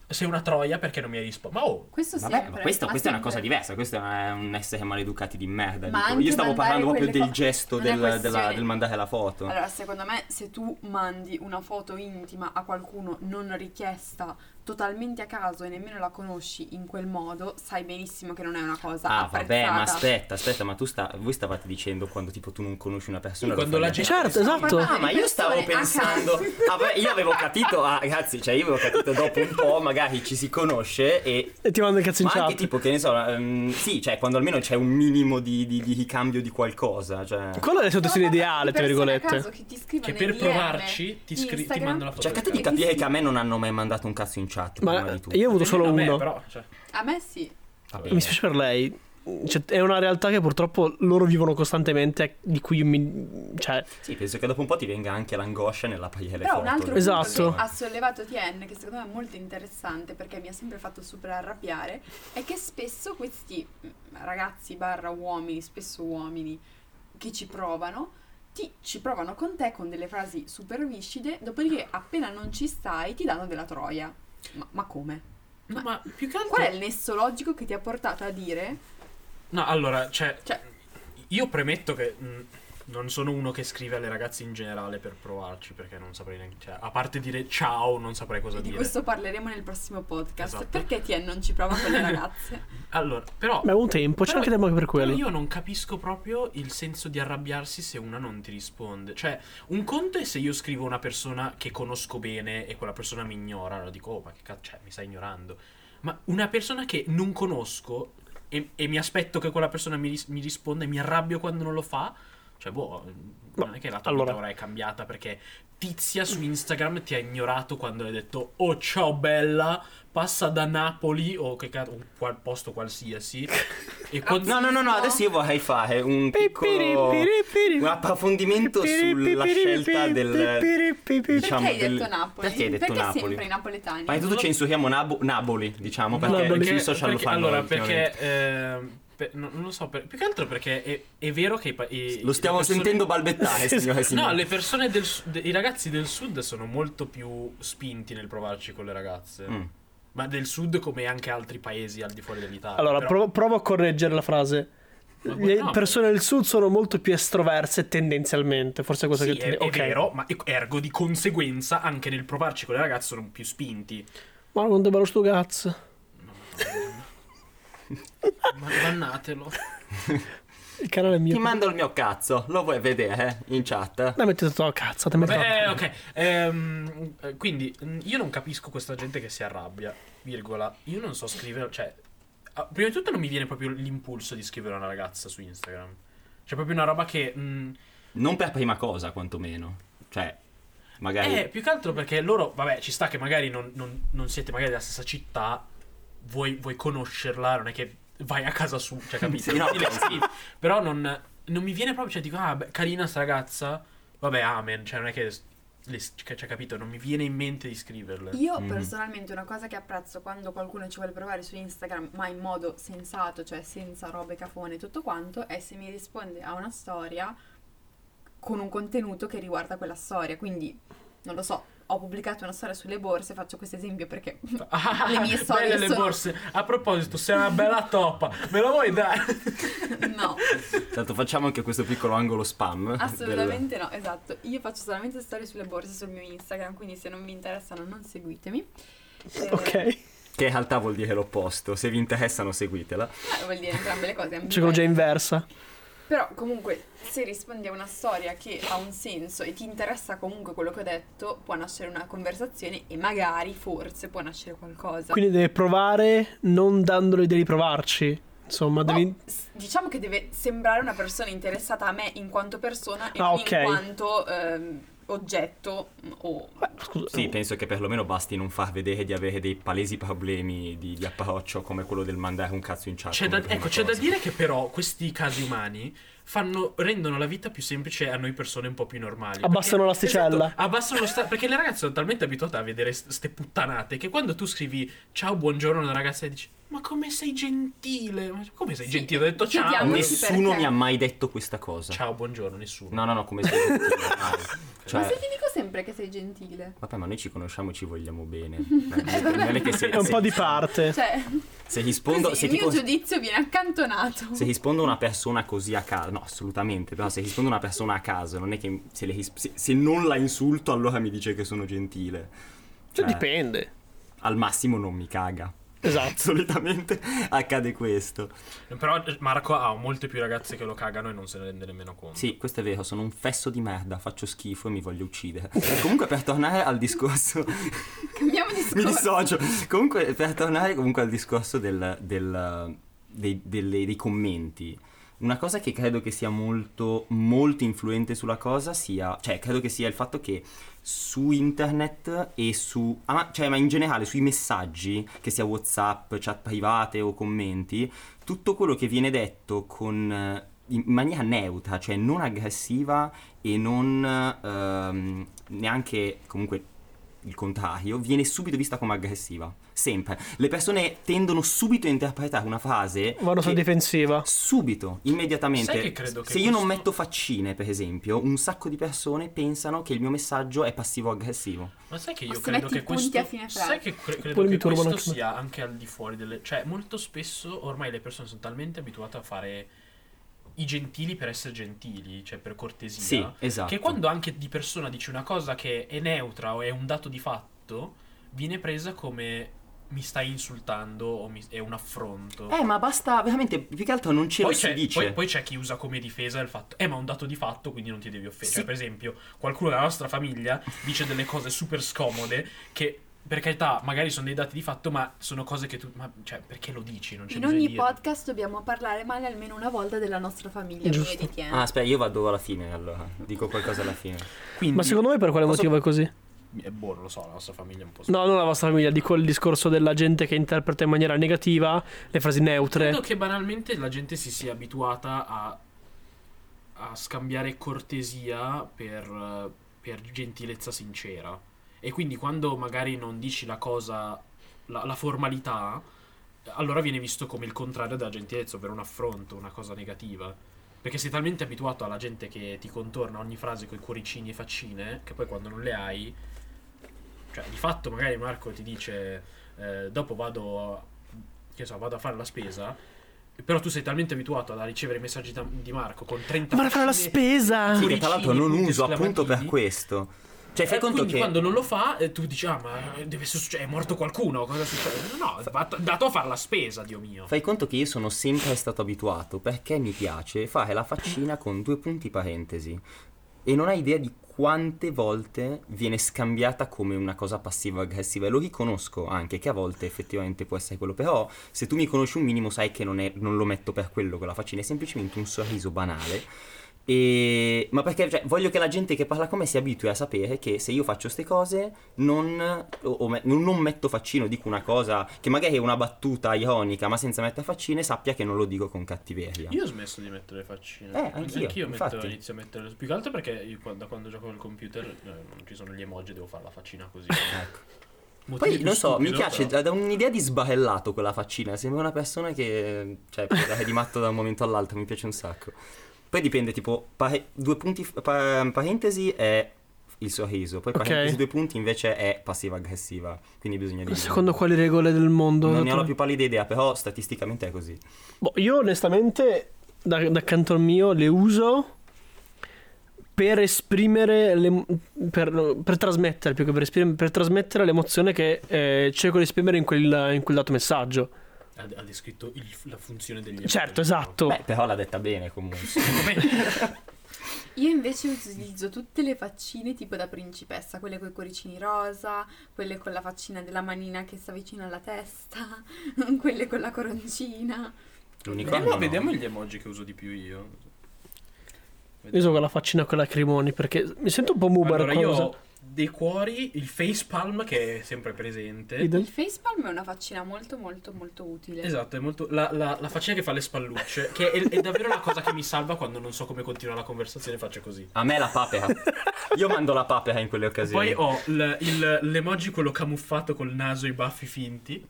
D: sei una troia perché non mi hai risposto. Ma oh,
A: Questo
C: Vabbè,
A: sempre,
C: ma questa,
A: ma
C: questa è una
A: sempre.
C: cosa diversa, questo è una- è un essere maleducati di merda.
A: Ma
C: dico.
A: anche
C: Io stavo
A: mandare
C: parlando proprio
A: quelle fo-
C: del gesto
A: non è
C: del, della-
A: questione-
C: del mandare la foto.
A: Allora, secondo me, se tu mandi una foto intima a qualcuno non richiesta totalmente a caso e nemmeno la conosci in quel modo, sai benissimo che non è una cosa
C: ah,
A: apprezzata.
C: vabbè, ma aspetta, aspetta, ma tu sta, voi stavate dicendo quando tipo tu non conosci una persona.
D: Sì,
C: lo
D: quando
C: fai
D: la gente-
C: andare.
B: Certo, esatto.
C: Ah, ma io stavo
A: Persone a caso.
C: pensando. ah, beh, io avevo capito, ah, ragazzi, cioè io avevo capito dopo un po', magari ci si conosce e.
B: E ti manda i cazzi in
C: Ma anche
B: chat.
C: tipo che ne so, ehm, sì, cioè quando almeno c'è un minimo di, di- di ricambio di qualcosa. Cioè,
B: Quello è il suo destino
A: No, no,
B: ideale, tra
A: persone a caso
B: virgolette.
A: che ti scrivono
D: che per
A: nei DM
D: provarci ti,
A: di
D: scri- ti
A: Instagram.
D: mando la foto.
C: cercate di
D: del
A: Perché
C: capire
A: sì.
C: che a me non hanno mai mandato un cazzo in chat. prima
B: Ma
C: di tutto.
B: io ho avuto
D: cazzo.
B: solo
D: Vabbè,
B: uno.
D: però, cioè,
A: A me sì.
C: Va
B: Mi
C: bene.
B: spiace per lei. Cioè, è una realtà che purtroppo loro vivono costantemente, di cui io mi... Cioè,
C: Sì, penso che dopo un po' ti venga anche l'angoscia nella paglia delle
A: Però un
C: foto.
A: altro
B: Esatto.
A: punto che ha sollevato TN, che secondo me è molto interessante perché mi ha sempre fatto super arrabbiare, è che spesso questi mm, ragazzi barra uomini, spesso uomini, che ci provano, ti, ci provano con te con delle frasi super viscide, dopodiché appena non ci stai ti danno della troia. Ma, ma come?
D: no, ma più che altro.
A: Qual è il nesso logico che ti ha portato a dire?
D: No, allora, cioè,
A: Cioè-
D: io premetto che mh, non sono uno che scrive alle ragazze in generale per provarci, perché non saprei neanche, cioè, a parte dire ciao, non saprei cosa
A: Di
D: dire.
A: questo parleremo nel prossimo podcast.
D: Esatto.
A: Perché TN non ci prova con le ragazze?
D: Allora, però
B: beh, un tempo, c'è
D: Però-
B: anche tempo anche per
D: però
B: quello.
D: io non capisco proprio il senso di arrabbiarsi se una non ti risponde. Cioè, un conto è se io scrivo a una persona che conosco bene e quella persona mi ignora, allora dico "Oh, ma che cazzo, cioè, mi stai ignorando". Ma una persona che non conosco e, e mi aspetto che quella persona mi, ris- mi risponda e mi arrabbio quando non lo fa, cioè, boh, non è che la tua
B: allora-
D: vita ora è cambiata perché Tizia su Instagram ti ha ignorato quando hai detto "Oh, ciao bella, passa da Napoli o che cazzo, un qual- posto qualsiasi". E con-
C: No, no, no, no, adesso io vorrei fare un piccolo
B: Pipiripiripiri.
C: un approfondimento sulla scelta del
B: Pipiripiripiripiri.
C: diciamo
A: perché hai
C: del-
A: detto Napoli?
C: Perché hai detto Napoli?
A: sempre i napoletani?
C: Ma innanzitutto censuriamo Nabo- Napoli, diciamo,
D: No,
C: perché
B: Napoli.
C: perché i social
D: perché-
C: lo fanno.
D: Allora,
C: ultimamente.
D: perché ehm, per- no- non lo so, per- più che altro perché è, è vero che i pa- i-
C: lo stiamo
D: le persone-
C: sentendo balbettare, signore e
D: No,
C: signori.
D: le persone del su- de- i ragazzi del sud sono molto più spinti nel provarci con le ragazze.
C: Mm.
D: Ma del sud come anche altri paesi al di fuori dell'Italia.
B: Allora,
D: però-
B: provo, provo a correggere la frase.
D: Ma
B: Le
D: no.
B: persone del sud sono molto più estroverse tendenzialmente, forse è questo
D: Sì,
B: che ti
D: è, è
B: ok.
D: vero, ma e- ergo di conseguenza anche nel provarci con le ragazze sono più spinti.
B: Ma quanto è bello sto cazzo. Ah.
D: Ma bannatelo.
B: Il canale è mio.
C: Ti mando il mio cazzo, lo vuoi vedere eh, in chat?
B: Dai, metti tutto a cazzo, te metti
A: eh,
D: Beh, ok. Ehm, eh, quindi mm, io non capisco questa gente che si arrabbia, virgola. Io non so scrivere, cioè ah, prima di tutto non mi viene proprio l'impulso di scrivere a una ragazza su Instagram. C'è proprio una roba che mm,
C: Non per prima cosa, quantomeno. Cioè, magari
D: eh, più che altro perché loro, vabbè, ci sta che magari non, non- non siete magari della stessa città, vuoi, vuoi conoscerla, non è che vai a casa su, cioè capito?
C: Sì, no,
D: Quindi le
C: sì.
D: scrivi. Però non, non mi viene proprio, cioè dico, ah, beh, carina sta ragazza, vabbè, amen, cioè non è che, le, cioè, cioè, capito, non mi viene in mente di scriverle.
A: Io
C: Mm.
A: personalmente una cosa che apprezzo quando qualcuno ci vuole provare su Instagram, ma in modo sensato, cioè senza robe cafone e tutto quanto, è se mi risponde a una storia con un contenuto che riguarda quella storia. Quindi, non lo so, ho pubblicato una storia sulle borse, faccio questo esempio perché
D: Ah,
A: Le mie storie
D: belle le
A: sono-
D: borse. A proposito, sei una bella toppa, me la vuoi dare?
A: no.
C: Tanto facciamo anche questo piccolo angolo spam. del-
A: Assolutamente no, esatto. Io faccio solamente storie sulle borse sul mio Instagram, quindi se non vi interessano non seguitemi. Eh,
B: Ok.
C: Che in realtà vuol dire l'opposto. Se vi interessano, seguitela.
A: eh, vuol dire entrambe le cose.
B: Cioè, come già inversa.
A: Però comunque se rispondi a una storia che ha un senso e ti interessa comunque quello che ho detto, può nascere una conversazione e magari, forse, può nascere qualcosa.
B: Quindi deve provare non dandole idea di provarci. Insomma,
A: No,
B: devi...
A: s- diciamo che deve sembrare una persona interessata a me in quanto persona e
B: Ah,
A: non
B: ok.
A: in quanto ehm, oggetto mm, o
B: Scusa.
C: Sì, penso che perlomeno basti non far vedere di avere dei palesi problemi di, di approccio come quello del mandare un cazzo in chat.
D: C'è
C: come
D: da,
C: prima
D: ecco, c'è da
C: cosa.
D: dire che però questi casi umani fanno, rendono la vita più semplice a noi persone un po' più normali. Perché-
B: Abbassano l'asticella.
D: Esatto, abbassano lo sta- perché le ragazze sono talmente abituate a vedere st- ste puttanate che quando tu scrivi ciao, buongiorno a una ragazza e dici ma come sei gentile? Ma Come sei
A: Sì,
D: gentile? Ho detto ciao.
A: chiediamo- Ammetto
C: Nessuno
A: perché.
C: mi ha mai detto questa cosa.
D: Ciao, buongiorno, nessuno.
C: No, no, no, come se
A: Ma se
C: cioè,
A: ti dico sempre che sei gentile?
C: Vabbè, ma noi ci conosciamo e ci vogliamo bene. Eh, non è che se,
B: È un
C: se-
B: po' di parte.
A: Cioè,
C: se rispondo.
A: così
C: Se
A: il
C: ti
A: mio
C: cons-
A: giudizio viene accantonato.
C: Se rispondo a una persona così a caso, no, assolutamente, però se rispondo a una persona a caso, non è che se, le ris- se- se non la insulto allora mi dice che sono gentile.
B: Cioè,
C: Cioè,
B: dipende.
C: Al massimo non mi caga.
B: Esatto.
C: Solitamente accade questo.
D: Però eh, Marco ha molte più ragazze che lo cagano e non se ne rende nemmeno conto.
C: Sì, questo è vero, sono un fesso di merda, faccio schifo e mi voglio uccidere. Comunque per tornare al discorso
A: Cambiamo discorso.
C: mi dissocio. Comunque, per tornare comunque al discorso del- del- dei, delle- dei commenti, una cosa che credo che sia molto, molto influente sulla cosa sia, cioè, credo che sia il fatto che su internet e su, ah, ma, cioè, ma in generale sui messaggi, che sia WhatsApp, chat private o commenti, tutto quello che viene detto con eh, in maniera neutra, cioè non aggressiva e non ehm, neanche comunque il contrario, viene subito vista come aggressiva. Sempre. Le persone tendono subito a interpretare una frase.
B: Vanno sulla
C: che-
B: difensiva.
C: Subito, immediatamente.
D: Sai che credo che
C: Se io non
D: questo-
C: metto faccine, per esempio, un sacco di persone pensano che il mio messaggio è passivo-aggressivo.
D: Ma sai che
A: O
D: io
A: se
D: credo
A: metti
D: che
A: i punti
D: questo
A: a fine frase.
D: Sai che cre- credo
B: Oppure mi
D: che
B: turbano anche
D: questo
B: me.
D: sia anche al di fuori delle cioè molto spesso ormai le persone sono talmente abituate a fare i gentili per essere gentili, cioè per cortesia,
C: Sì, esatto.
D: che quando anche di persona dici una cosa che è neutra o è un dato di fatto, viene presa come mi stai insultando o mi- è un affronto.
C: Eh, ma basta, veramente, più che altro non ce lo
D: Poi
C: si
D: c'è,
C: dice.
D: poi- poi c'è chi usa come difesa il fatto, eh ma è un dato di fatto quindi non ti devi offendere.
C: Sì.
D: Cioè, per esempio, qualcuno della nostra famiglia dice delle cose super scomode che per carità magari sono dei dati di fatto ma sono cose che tu... Ma cioè, perché lo dici? Non c'è
A: In
D: bisogno
A: ogni
D: di dirlo.
A: podcast dobbiamo parlare male almeno una volta della nostra famiglia,
B: Giusto.
A: quindi tieni.
C: Ah, aspetta, io vado alla fine allora. Dico qualcosa alla
D: Ah,
C: fine.
D: Quindi,
B: Ma secondo me per quale
D: Cosa-
B: motivo è così?
D: Eh, boh, non lo so, la nostra famiglia è un po'...
B: No, non la vostra famiglia, dico il discorso della gente che interpreta in maniera negativa le frasi neutre.
D: Credo che banalmente la gente si sia abituata a, a scambiare cortesia per, eh, per gentilezza sincera. E quindi quando magari non dici la cosa, la, la formalità, allora viene visto come il contrario della gentilezza, ovvero un affronto, una cosa negativa. Perché sei talmente abituato alla gente che ti contorna ogni frase con i cuoricini e faccine, che poi quando non le hai... Cioè, di fatto magari Marco ti dice, eh, dopo vado a- che so, vado a fare la spesa. Però tu sei talmente abituato a ricevere i messaggi da- di Marco con 30
B: Ma la fare la
D: faccine-
B: spesa!
C: Sì, che tra l'altro non
D: Cuoricini,
C: uso appunto per
D: esclamativi.
C: questo. Cioè, fai
D: Eh,
C: conto
D: quindi
C: che.
D: quando non lo fa, eh, tu dici, ah, ma eh, deve succe- è morto qualcuno, cosa succede? No, no, va dato a fare la spesa, Dio mio.
C: Fai conto che io sono sempre stato abituato perché mi piace fare la faccina con due punti parentesi e non hai idea di quante volte viene scambiata come una cosa passiva-aggressiva e lo riconosco anche che a volte effettivamente può essere quello, però se tu mi conosci un minimo sai che non, è- non lo metto per quello quella faccina, è semplicemente un sorriso banale E- Ma perché cioè, voglio che la gente che parla con me si abitui a sapere che se io faccio queste cose non, o- o me- non- non metto faccino, dico una cosa che magari è una battuta ironica ma senza mettere faccine, sappia che non lo dico con cattiveria.
D: Io ho smesso di mettere le faccine.
C: Eh, anch'io,
D: metto-
C: infatti.
D: inizio a mettere. Più che altro perché io qua- da quando gioco al computer eh, non ci sono gli emoji, devo fare la faccina così. ecco.
C: Poi non so, mi piace, da un'idea di sbarellato quella faccina, sembra una persona che cioè, è di matto da un momento all'altro, mi piace un sacco. Poi dipende, tipo, pare- due punti, pa- parentesi è il sorriso, poi
B: Ok.
C: parentesi due punti invece è passiva aggressiva, quindi bisogna dire...
B: Secondo quali regole del mondo?
C: Non ne ho
B: dottor?
C: la più pallida idea, però statisticamente è così.
B: Boh, io onestamente, da, da canto mio, le uso per esprimere, le- per, per trasmettere, più che per esprimere, per trasmettere l'emozione che eh, cerco di esprimere in quel, in quel dato messaggio.
D: Ha, ha descritto il- la funzione degli emoji.
B: Certo, esatto.
C: Beh, però l'ha detta bene comunque.
D: Come-
A: Io invece utilizzo tutte le faccine tipo da principessa, quelle con i cuoricini rosa, quelle con la faccina della manina che sta vicino alla testa, quelle con la coroncina.
C: L'unicorno
D: Vediamo,
C: no.
D: vediamo gli emoji che uso di più io.
B: Io uso quella faccina con i lacrimoni perché mi sento un po' muber
D: Allora, io
B: cosa.
D: ho dei cuori, il face palm che è sempre presente.
B: Ed-
A: Il facepalm è una faccina molto molto molto utile.
D: Esatto, è molto. La, la, la faccina che fa le spallucce, che è, è davvero la cosa che mi salva quando non so come continuare la conversazione, faccio così.
C: A me la papera. Io mando la papera in quelle
D: Poi
C: occasioni.
D: ho l- il- l'emoji quello camuffato col naso e i baffi finti.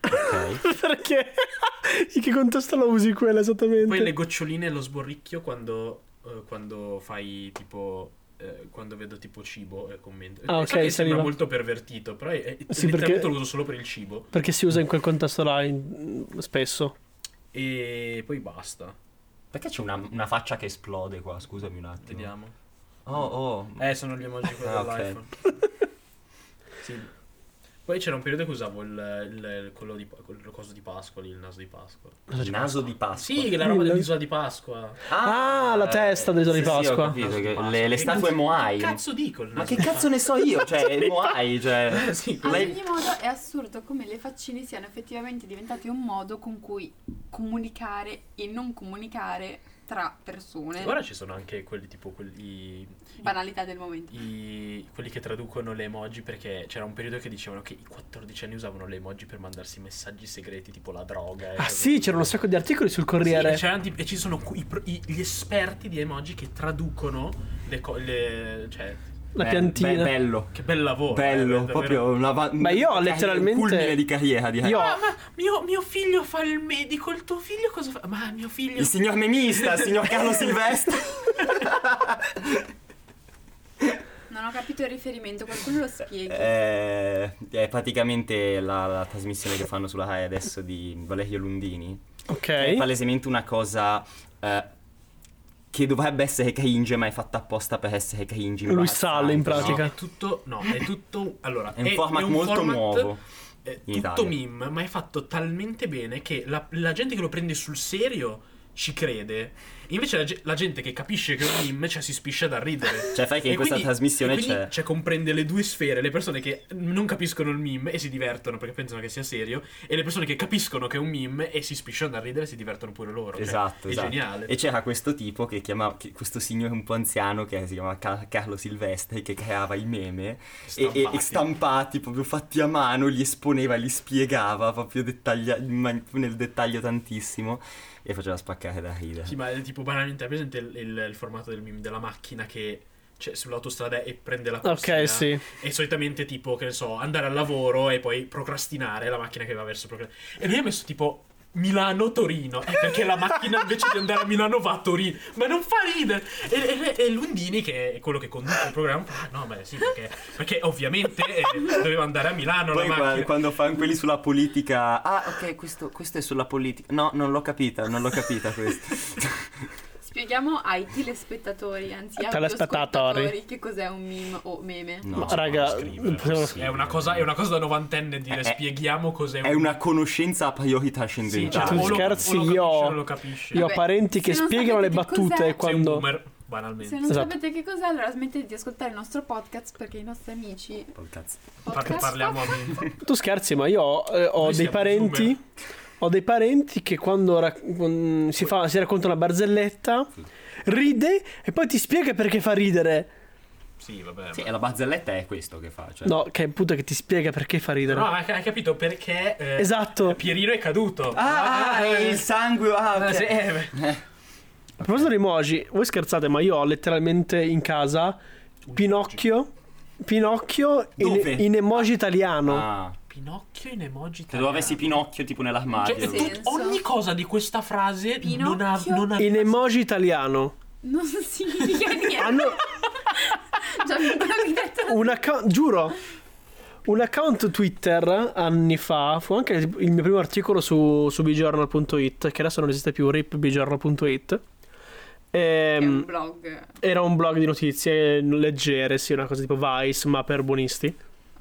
C: Ok.
B: perché? In che contesto la usi quella esattamente?
D: Poi le goccioline e lo sborricchio quando, eh, quando fai tipo. eh, Quando vedo tipo cibo e commento.
B: Ah,
D: Eh, so
B: ok,
D: che sembra
B: saliva.
D: molto pervertito, però è, è,
B: Sì,
D: letteralmente
B: perché-
D: lo uso solo per il cibo.
B: Perché si usa in quel contesto là in- mm, spesso.
D: E poi basta.
C: Perché c'è una, una faccia che esplode qua? Scusami un attimo.
D: Vediamo.
C: Oh, oh.
D: Eh, sono gli emoji quelli
C: Ah, ok.
D: dell'iPhone. sì. Poi c'era un periodo che usavo il, il- quello di, quello coso di Pasqua, lì, il naso di Pasqua.
C: Il naso di Pasqua.
D: Sì, la
B: Mm,
D: roba dell'isola di Pasqua.
B: Ah, la testa dell'isola di
C: sì, sì, ho
B: Pasqua.
C: capito,
D: Naso di
C: che
D: Pasqua.
C: le, le
D: Che
C: statue
D: cazzo-
C: Moai.
D: Che cazzo dico il naso
C: Ma che
D: di
C: cazzo ne so io? Cioè, il Moai, cioè.
D: Pasqua? Sì,
A: Ad
C: Lei-
A: ogni modo è assurdo come le faccine siano effettivamente diventate un modo con cui comunicare e non comunicare tra persone.
D: Ora ci sono anche quelli tipo quelli.
A: Banalità del momento.
D: i- quelli che traducono le emoji perché c'era un periodo che dicevano che i 14 anni usavano le emoji per mandarsi messaggi segreti tipo la droga. e
B: Ah
D: cose
B: sì,
D: così.
B: c'erano un sacco di articoli sul
D: Eh, Sì,
B: Corriere.
D: e, c'erano tipo- e ci sono qui- i pro- i- gli esperti di emoji che traducono le cose. Cioè,
B: la
C: Be-
B: piantina.
C: be- Eh, bello.
D: che bel lavoro! eh,
C: Bello,
D: davvero.
C: proprio una va-
B: Ma io
C: un carri-
B: letteralmente-
C: un culmine di carriera, direi.
B: Io-
D: Ah, ma mio, mio figlio fa il medico, il tuo figlio cosa fa? Ma mio figlio.
C: Il signor memista, il signor Carlo Silvestri.
A: Non ho capito il riferimento, qualcuno lo spieghi.
C: Eh, è praticamente la, la trasmissione che fanno sulla Rai adesso di Valerio Lundini. È
B: ok.
C: palesemente una cosa eh, che dovrebbe essere cringe, ma è fatta apposta per essere cringe.
B: Lui sale, in
C: imbarazzante,
D: No,
B: pratica.
D: è Cioè, tutto. No, è tutto. Allora,
C: È un format molto
D: format,
C: nuovo
D: eh,
C: in
D: tutto
C: Italia.
D: meme, ma è fatto talmente bene che la, la gente che lo prende sul serio ci crede. Invece la, ge- la gente che capisce che è un meme, cioè, si spiscia da ridere.
C: Cioè, fai che
D: E
C: in questa
D: quindi-
C: trasmissione
D: e quindi,
C: c'è.
D: Cioè, comprende le due sfere: le persone che non capiscono il meme e si divertono perché pensano che sia serio, e le persone che capiscono che è un meme e si spisciano da ridere e si divertono pure loro. Cioè,
C: Esatto,
D: è
C: esatto.
D: geniale.
C: E c'era questo tipo che chiamava, che- questo signore un po' anziano che si chiamava Ca- Carlo Silvestri, che creava i meme e- e, e
D: Stampati.
C: stampati proprio fatti a mano, li esponeva, li spiegava proprio dettaglia- in man- nel dettaglio tantissimo e faceva spaccare da ridere.
D: Sì, ma è tipo banalmente, hai presente il, il- il formato del meme della macchina che c'è sull'autostrada e prende la corsia?
B: Ok, sì.
D: E solitamente tipo, che ne so, andare al lavoro e poi procrastinare la macchina che va verso procrastinare. E lui ha messo tipo Milano-Torino, eh, perché la macchina invece di andare a Milano va a Torino. Ma non fa ridere! E, e- e Lundini, che è quello che conduce il programma, fa, ah no, beh sì, perché, perché ovviamente eh, doveva andare a Milano
C: Poi
D: la
C: qua-
D: macchina.
C: quando fanno quelli sulla politica, ah ok, questo, questo è sulla politica. No, non l'ho capita, non l'ho capita questo.
A: Spieghiamo ai telespettatori, anzi ai
B: Telespettatori.
A: telespettatori, che cos'è un meme o meme.
D: Mm.
C: No,
B: Ma raga,
C: non scrivere,
B: possiamo-
D: È una, cosa, è una cosa da novantenne dire
C: È- è-
D: spieghiamo cos'è
C: Eh, È una conoscenza a priorità
D: Sì,
C: scendentale.
D: cioè,
B: tu
D: o lo-
B: scherzi,
D: o lo capisci
B: io-
D: o non lo capisci.
B: Io ho
A: Vabbè,
B: parenti
A: se
B: che
A: non
B: spiegano
A: sapete
B: le
A: che cos'è-
B: battute
D: Sei un
B: quando...
D: Cioè, boomer,
A: Se
D: banalmente.
A: non
B: Esatto.
A: sapete che cos'è, allora smettete di ascoltare il nostro podcast perché i nostri amici
C: Col cazzo.
D: Par-
A: podcast
D: parliamo a me.
B: Tu scherzi, ma io eh, ho
D: Noi
B: dei
D: siamo
B: parenti.
D: boomer.
B: Ho dei parenti che quando rac- mm, si, fa- si racconta una barzelletta, ride e poi ti spiega perché fa ridere.
D: Sì, vabbè.
C: Sì, e la barzelletta è questo che fa. Cioè,
B: No, che puta che ti spiega perché fa ridere.
D: No, hai hai capito perché eh,
B: Esatto.
D: Pierino è caduto.
C: Ah, ah,
D: eh,
C: il sangue. Ah, ok.
D: eh, sì, eh,
B: A proposito di emoji, voi scherzate, ma io ho letteralmente in casa Pinocchio. Pinocchio in,
C: Dove?
B: in emoji italiano.
C: Ah,
D: Pinocchio in emoji
C: credo
D: italiano.
C: avessi Pinocchio tipo nell'armadio.
D: Cioè,
A: Mario.
D: tut-
A: Senso.
D: ogni cosa di questa frase non ha,
A: Pinocchio?
D: non ha
B: In emoji italiano.
A: Non significa niente.
B: Hanno
A: Già mi mi detto
B: un account, giuro, un account Twitter anni fa, fu anche il mio primo articolo su, su bjournal.it, che adesso non esiste più, ripbjournal.it.
A: che è un
B: Ehm,
A: blog.
B: era un blog di notizie leggere, sì, una cosa tipo Vice, ma per buonisti.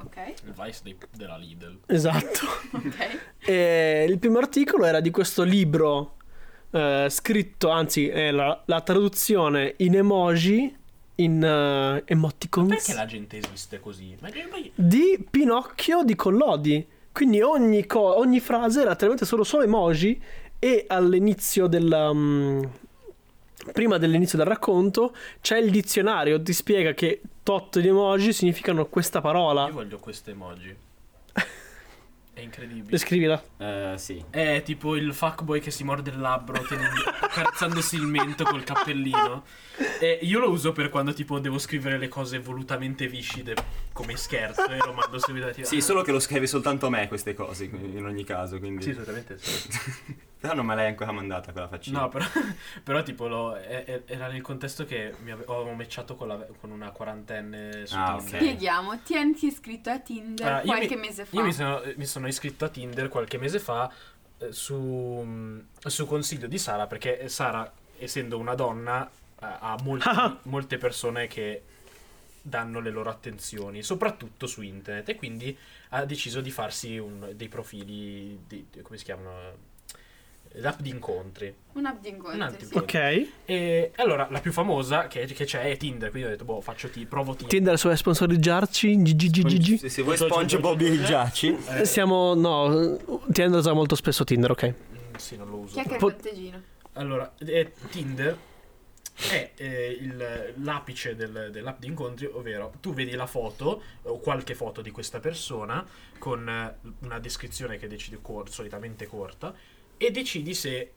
A: Ok,
D: Il vice dei- della Lidl.
B: Esatto.
A: ok.
B: E il primo articolo era di questo libro eh, scritto, anzi, è la, la traduzione in emoji, in eh, emoticons.
D: Perché la gente esiste così? Ma che poi-
B: di Pinocchio di Collodi. Quindi ogni, co- ogni frase era letteralmente solo, solo emoji e all'inizio del... mm, prima dell'inizio del racconto c'è il dizionario, ti spiega che tot di emoji significano questa parola.
D: Io voglio queste emoji. È incredibile.
B: Descrivila.
C: Eh, sì.
D: È tipo il fuckboy che si morde il labbro tenendo- carezzandosi il mento col cappellino. E io lo uso per quando tipo devo scrivere le cose volutamente viscide come scherzo e lo mando subito a
C: Sì, solo che lo scrivi soltanto a me queste cose, quindi, in ogni caso, quindi...
D: Sì, assolutamente sì.
C: Però non me l'hai ancora mandata quella faccina.
D: No, però, però tipo lo- è- è- era nel contesto che mi ave- avevo matchato con, la- con una quarantenne su
C: Ah,
D: Tinder.
C: ok.
A: Spieghiamo, ti ti iscritto a Tinder
D: Allora, Ah, io
A: qualche
D: mi-
A: mese fa.
D: Io mi sono, mi sono iscritto a Tinder qualche mese fa eh, su, mh, su consiglio di Sara perché Sara, essendo una donna, ha ha molti-
A: Ah.
D: molte persone che danno le loro attenzioni, soprattutto su internet, e quindi ha deciso di farsi un- dei profili, di, di- come si chiamano? L'app di incontri.
A: Un'app di incontri,
D: Un attimo.
A: sì.
B: Ok.
D: E allora la più famosa che, che c'è è Tinder, quindi ho detto, boh, faccio ti, provo Tinder.
B: Tinder sulle sponsorizzarci. GGGGG.
C: Se, se vuoi SpongeBob il giaci...
D: Eh,
B: Siamo... No, Tinder usa molto spesso Tinder, ok.
D: mm, sì, non lo uso.
A: Chi è che è
D: però.
A: il
B: Po-
A: cortegino?
D: Allora, eh, Tinder è eh, il- l'apice del- dell'app di incontri, ovvero tu vedi la foto o qualche foto di questa persona con eh, una descrizione che decidi cor- solitamente corta e decidi se,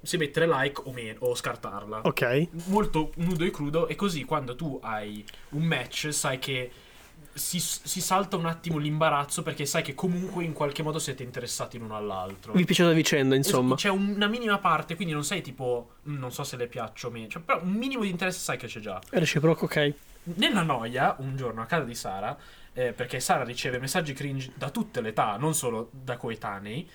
D: se mettere like o, meno, o scartarla.
B: Ok.
D: Molto nudo e crudo e così quando tu hai un match sai che si, si salta un attimo l'imbarazzo perché sai che comunque in qualche modo siete interessati l'uno all'altro.
B: Vi piace la vicenda, insomma.
D: Esatto, C'è una minima parte, quindi non sei tipo, "Mm, non so se le piaccio o meno. Cioè, però un minimo di interesse sai che c'è già.
B: È reciproco, ok.
D: Nella noia, un giorno a casa di Sara, eh, perché Sara riceve messaggi cringe da tutte le età, non solo da coetanei,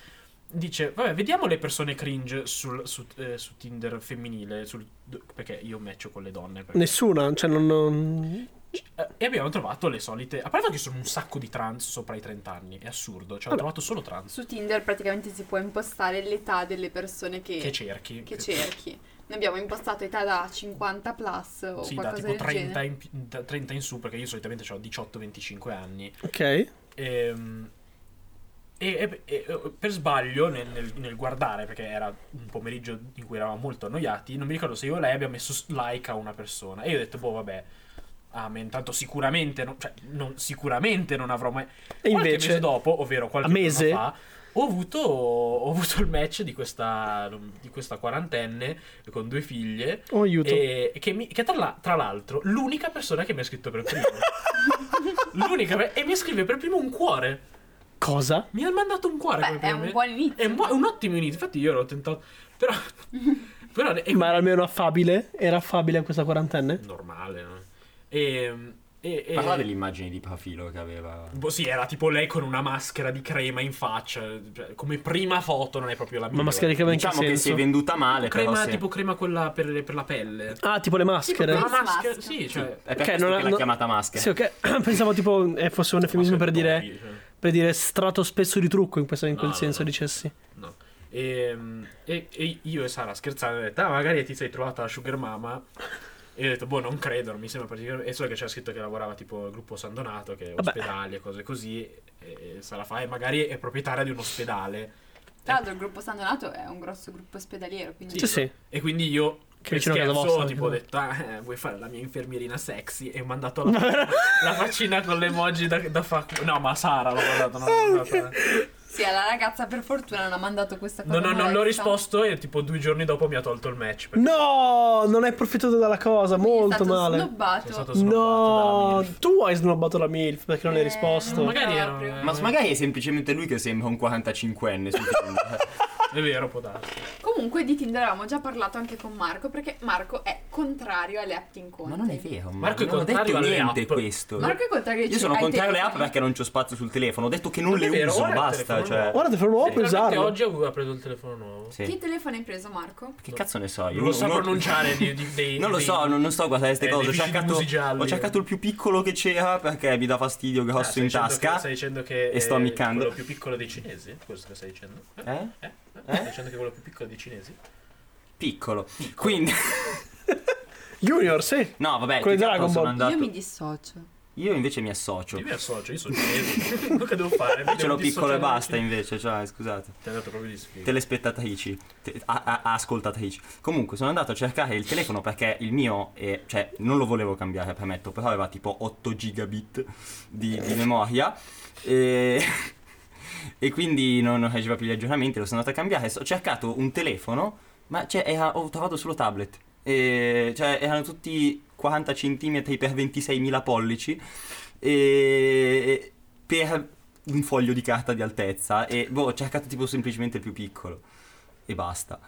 D: dice, vabbè, vediamo le persone cringe sul- su, eh, su Tinder femminile, sul- perché io matcho con le donne. perché-
B: Nessuna, cioè non... non-
D: Eh, E abbiamo trovato le solite... A parte che sono un sacco di trans sopra i 30 anni, è assurdo. Cioè, ho
B: Vabbè.
D: trovato solo trans.
A: Su Tinder praticamente si può impostare l'età delle persone che,
D: Che cerchi.
A: che cerchi. Noi abbiamo impostato età da 50 plus o
D: Sì, da
A: qualcosa
D: tipo
A: del
D: 30
A: genere.
D: in, pi- da 30 in su, perché io solitamente ho 18-25 anni.
B: Ok.
D: Ehm, E, e- e- per sbaglio, nel, nel- nel guardare, perché era un pomeriggio in cui eravamo molto annoiati, non mi ricordo se io o lei abbiamo messo s- like a una persona. E io ho detto, boh, vabbè. Amen, tanto sicuramente non, cioè, non- sicuramente non avrò mai.
B: E
D: qualche
B: invece-
D: mese dopo, ovvero qualche
B: A mese?
D: giorno fa, ho avuto, ho avuto il match di questa, di questa quarantenne con due figlie.
B: Oh, aiuto.
D: E che, mi- che tra, la- tra l'altro l'unica persona che mi ha scritto per primo. l'unica per- e mi scrive per primo un cuore.
B: Cosa?
D: Mi ha mandato un cuore.
A: Beh,
D: come
A: è
D: prima-
A: un buon inizio.
D: È un, buon- è un ottimo inizio. Infatti io l'ho tentato. Però... però è
B: Ma era almeno affabile? Era affabile questa quarantenne?
D: normale. no? E, e, e-
C: Parla delle immagini di profilo che aveva...
D: Boh, sì, era tipo lei con una maschera di crema in faccia. cioè, come prima foto non è proprio la mia.
B: Ma maschera di crema in che
C: Diciamo che si è
B: senso?
C: venduta male,
D: crema,
C: però se...
D: tipo crema quella per, per la pelle.
B: Ah, tipo le maschere.
D: Una
A: Face
D: maschera,
A: mask.
D: sì,
C: Sì,
D: cioè...
C: è per
B: Ok,
C: questo
B: non-
C: che l'ha
B: non-
C: chiamata maschera.
B: Sì, ok. Pensavo tipo eh, fosse un eufemismo per dire,
D: Maschera d'oli, cioè.
B: per dire strato spesso di trucco in, questo- in quel
D: No, no,
B: senso,
D: no.
B: dicessi.
D: No. E, e- e io e Sara scherzando abbiamo detto, ah magari ti sei trovata la sugar mama. E io ho detto, boh, non credo, non mi sembra particolarmente... E solo che c'era scritto che lavorava tipo al gruppo San Donato, che è
B: Vabbè.
D: "Eh, ospedali e cose così. E, e Sara fa, e magari è proprietaria di un ospedale.
A: Tra l'altro il gruppo San Donato è un grosso gruppo ospedaliero, quindi...
B: Sì, sì.
D: E quindi io
B: Che
D: che
B: vicino a casa
D: scherzo,
B: vostra,
D: tipo ho detto, ah, eh, vuoi fare la mia infermierina sexy? E ho mandato la, la faccina con le emoji da, da fa... No, ma Sara l'ho mandato. No, l'ho mandato.
A: Sì, alla ragazza per fortuna non ha mandato questa
D: no,
A: cosa.
D: no, non l'ho
A: molesta.
D: risposto e tipo due giorni dopo mi ha tolto il match. perché
B: No, non hai approfittato della cosa,
A: Quindi è
B: molto
A: stato
B: male.
A: snobbato.
D: sono stato snobbato dalla
B: No,
D: MILF.
B: tu hai snobbato la MILF perché non hai
A: Eh,
B: risposto.
A: non
D: Magari ero-
A: proprio.
D: eh,
C: Ma magari è semplicemente lui che sembra un 45enne su Tinder.
D: È vero, può darsi.
A: Comunque di Tinder avevamo già parlato anche con Marco perché Marco è contrario alle app in conti.
C: Ma non è vero, ma
D: Marco è
C: non ho
D: contrario
C: detto
D: alle
C: niente
D: app.
C: questo.
A: Marco è contrario ai
C: Io sono
A: ai
C: contrario alle app
A: telefoni.
C: perché non c'ho spazio sul telefono. Ho detto che non
D: Non è
C: le
D: vero,
C: uso,
D: guarda il
C: basta.
D: telefono
C: Cioè.
D: nuovo.
B: Guarda, per nuovo puoi
D: Letteralmente
B: usarlo.
D: oggi aveva preso il telefono nuovo.
C: Sì.
A: Che telefono hai preso Marco?
C: Che cazzo ne so io?
D: Non lo so
C: Uno-
D: pronunciare di- di- dei-
C: Non lo
D: dei-
C: so, non, non so guardare queste
D: eh,
C: cose.
D: dei
C: Ho
D: vicini
C: cercato,
D: musi gialli.
C: ho cercato il più piccolo che c'era perché mi dà fastidio
D: Ah,
C: grosso
D: stai
C: in
D: dicendo
C: tasca.
D: che- stai dicendo che
C: e sto
D: è
C: ammiccando.
D: quello più piccolo dei cinesi? Questo che stai dicendo?
C: Eh?
D: Eh? Stai dicendo che quello più piccolo dei cinesi?
C: Piccolo. Quindi,
B: Junior, sì.
C: no,
B: Quello
C: vabbè, più che
B: di
C: altro
B: Dragon
C: sono
B: Ball.
C: andato.
A: Io mi dissocio.
C: Io invece mi associo.
D: Io mi associo, io sono cinese. Quello che devo fare? Mi
C: Ce l'ho
D: devo
C: piccolo
D: dissociare
C: e basta
D: dai cinesi.
C: invece, cioè, scusate.
D: Ti hai dato proprio di schifo.
C: telespettatrici, te- a- a- ascoltatrici. Comunque sono andato a cercare il telefono perché il mio, è- cioè non lo volevo cambiare, premetto, però aveva tipo 8 gigabit di, di memoria e, e quindi non non faceva più gli aggiornamenti, lo sono andato a cambiare, ho cercato un telefono, ma cioè, era- ho trovato solo tablet, E, cioè erano tutti 40 cm per 26.000 pollici e per un foglio di carta di altezza e boh, ho cercato tipo semplicemente il più piccolo e basta.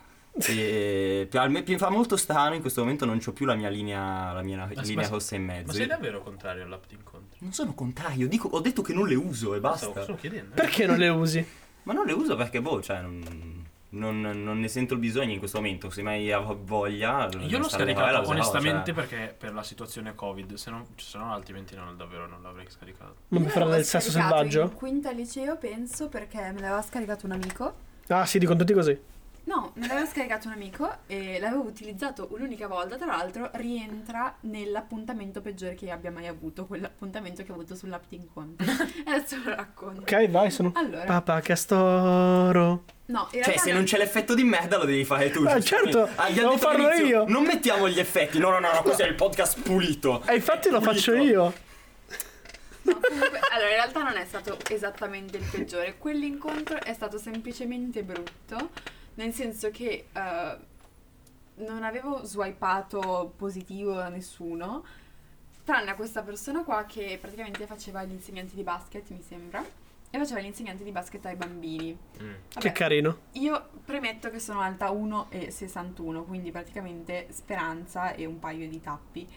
C: E, per- a me mi fa molto strano in questo momento non ho più la mia linea, la mia
D: Ma-
C: linea
D: ma-
C: rossa in
A: Eh,
D: Ma
C: mezzo.
D: sei davvero contrario all'app di incontri?
C: Non sono contrario, dico, ho detto che non le uso e
D: Stavo
C: basta.
D: solo chiedendo.
B: Perché non le usi?
C: Ma non le uso perché boh, cioè non, non- non ne sento il bisogno in questo momento, se mai avrò voglia...
D: Io l'ho
C: stare a lavorare, la
D: scaricato
C: userò,
D: onestamente
C: cioè.
D: perché per la situazione Covid, se no, se no altrimenti non, davvero non l'avrei scaricato.
B: Non
A: Io
B: puoi fare
A: l'avevo
B: del sesso
A: scaricato
B: selvaggio?
A: In quinta liceo penso perché me l'aveva scaricato un amico.
B: Ah, sì, dicono tutti così.
A: No, me l'aveva scaricato un amico e l'avevo utilizzato un'unica volta, tra l'altro rientra nell'appuntamento peggiore che abbia mai avuto, quell'appuntamento che ho avuto sull'app di incontri. Adesso lo racconto.
B: Ok, vai, sono.
A: Allora,
B: Papà Castoro.
A: no, in realtà
C: Cioè, se non c'è l'effetto di merda lo devi fare tu.
B: Ah,
C: giustamente.
B: certo,
C: Ah, gli ha
B: devo
C: detto
B: farlo
C: all'inizio,
B: io.
C: Non mettiamo gli effetti. No, no, no, no questo è il podcast pulito.
B: E infatti lo
C: Pulito.
B: faccio io.
A: No, comunque, allora, in realtà non è stato esattamente il peggiore. Quell'incontro è stato semplicemente brutto, nel senso che eh, non avevo swipato positivo a nessuno, tranne a questa persona qua che praticamente faceva l'insegnante di basket, mi sembra, e faceva l'insegnante di basket ai bambini.
B: Che
D: Mm.
A: Vabbè,
B: carino.
A: io premetto che sono alta 1,61, quindi praticamente speranza e un paio di tappi.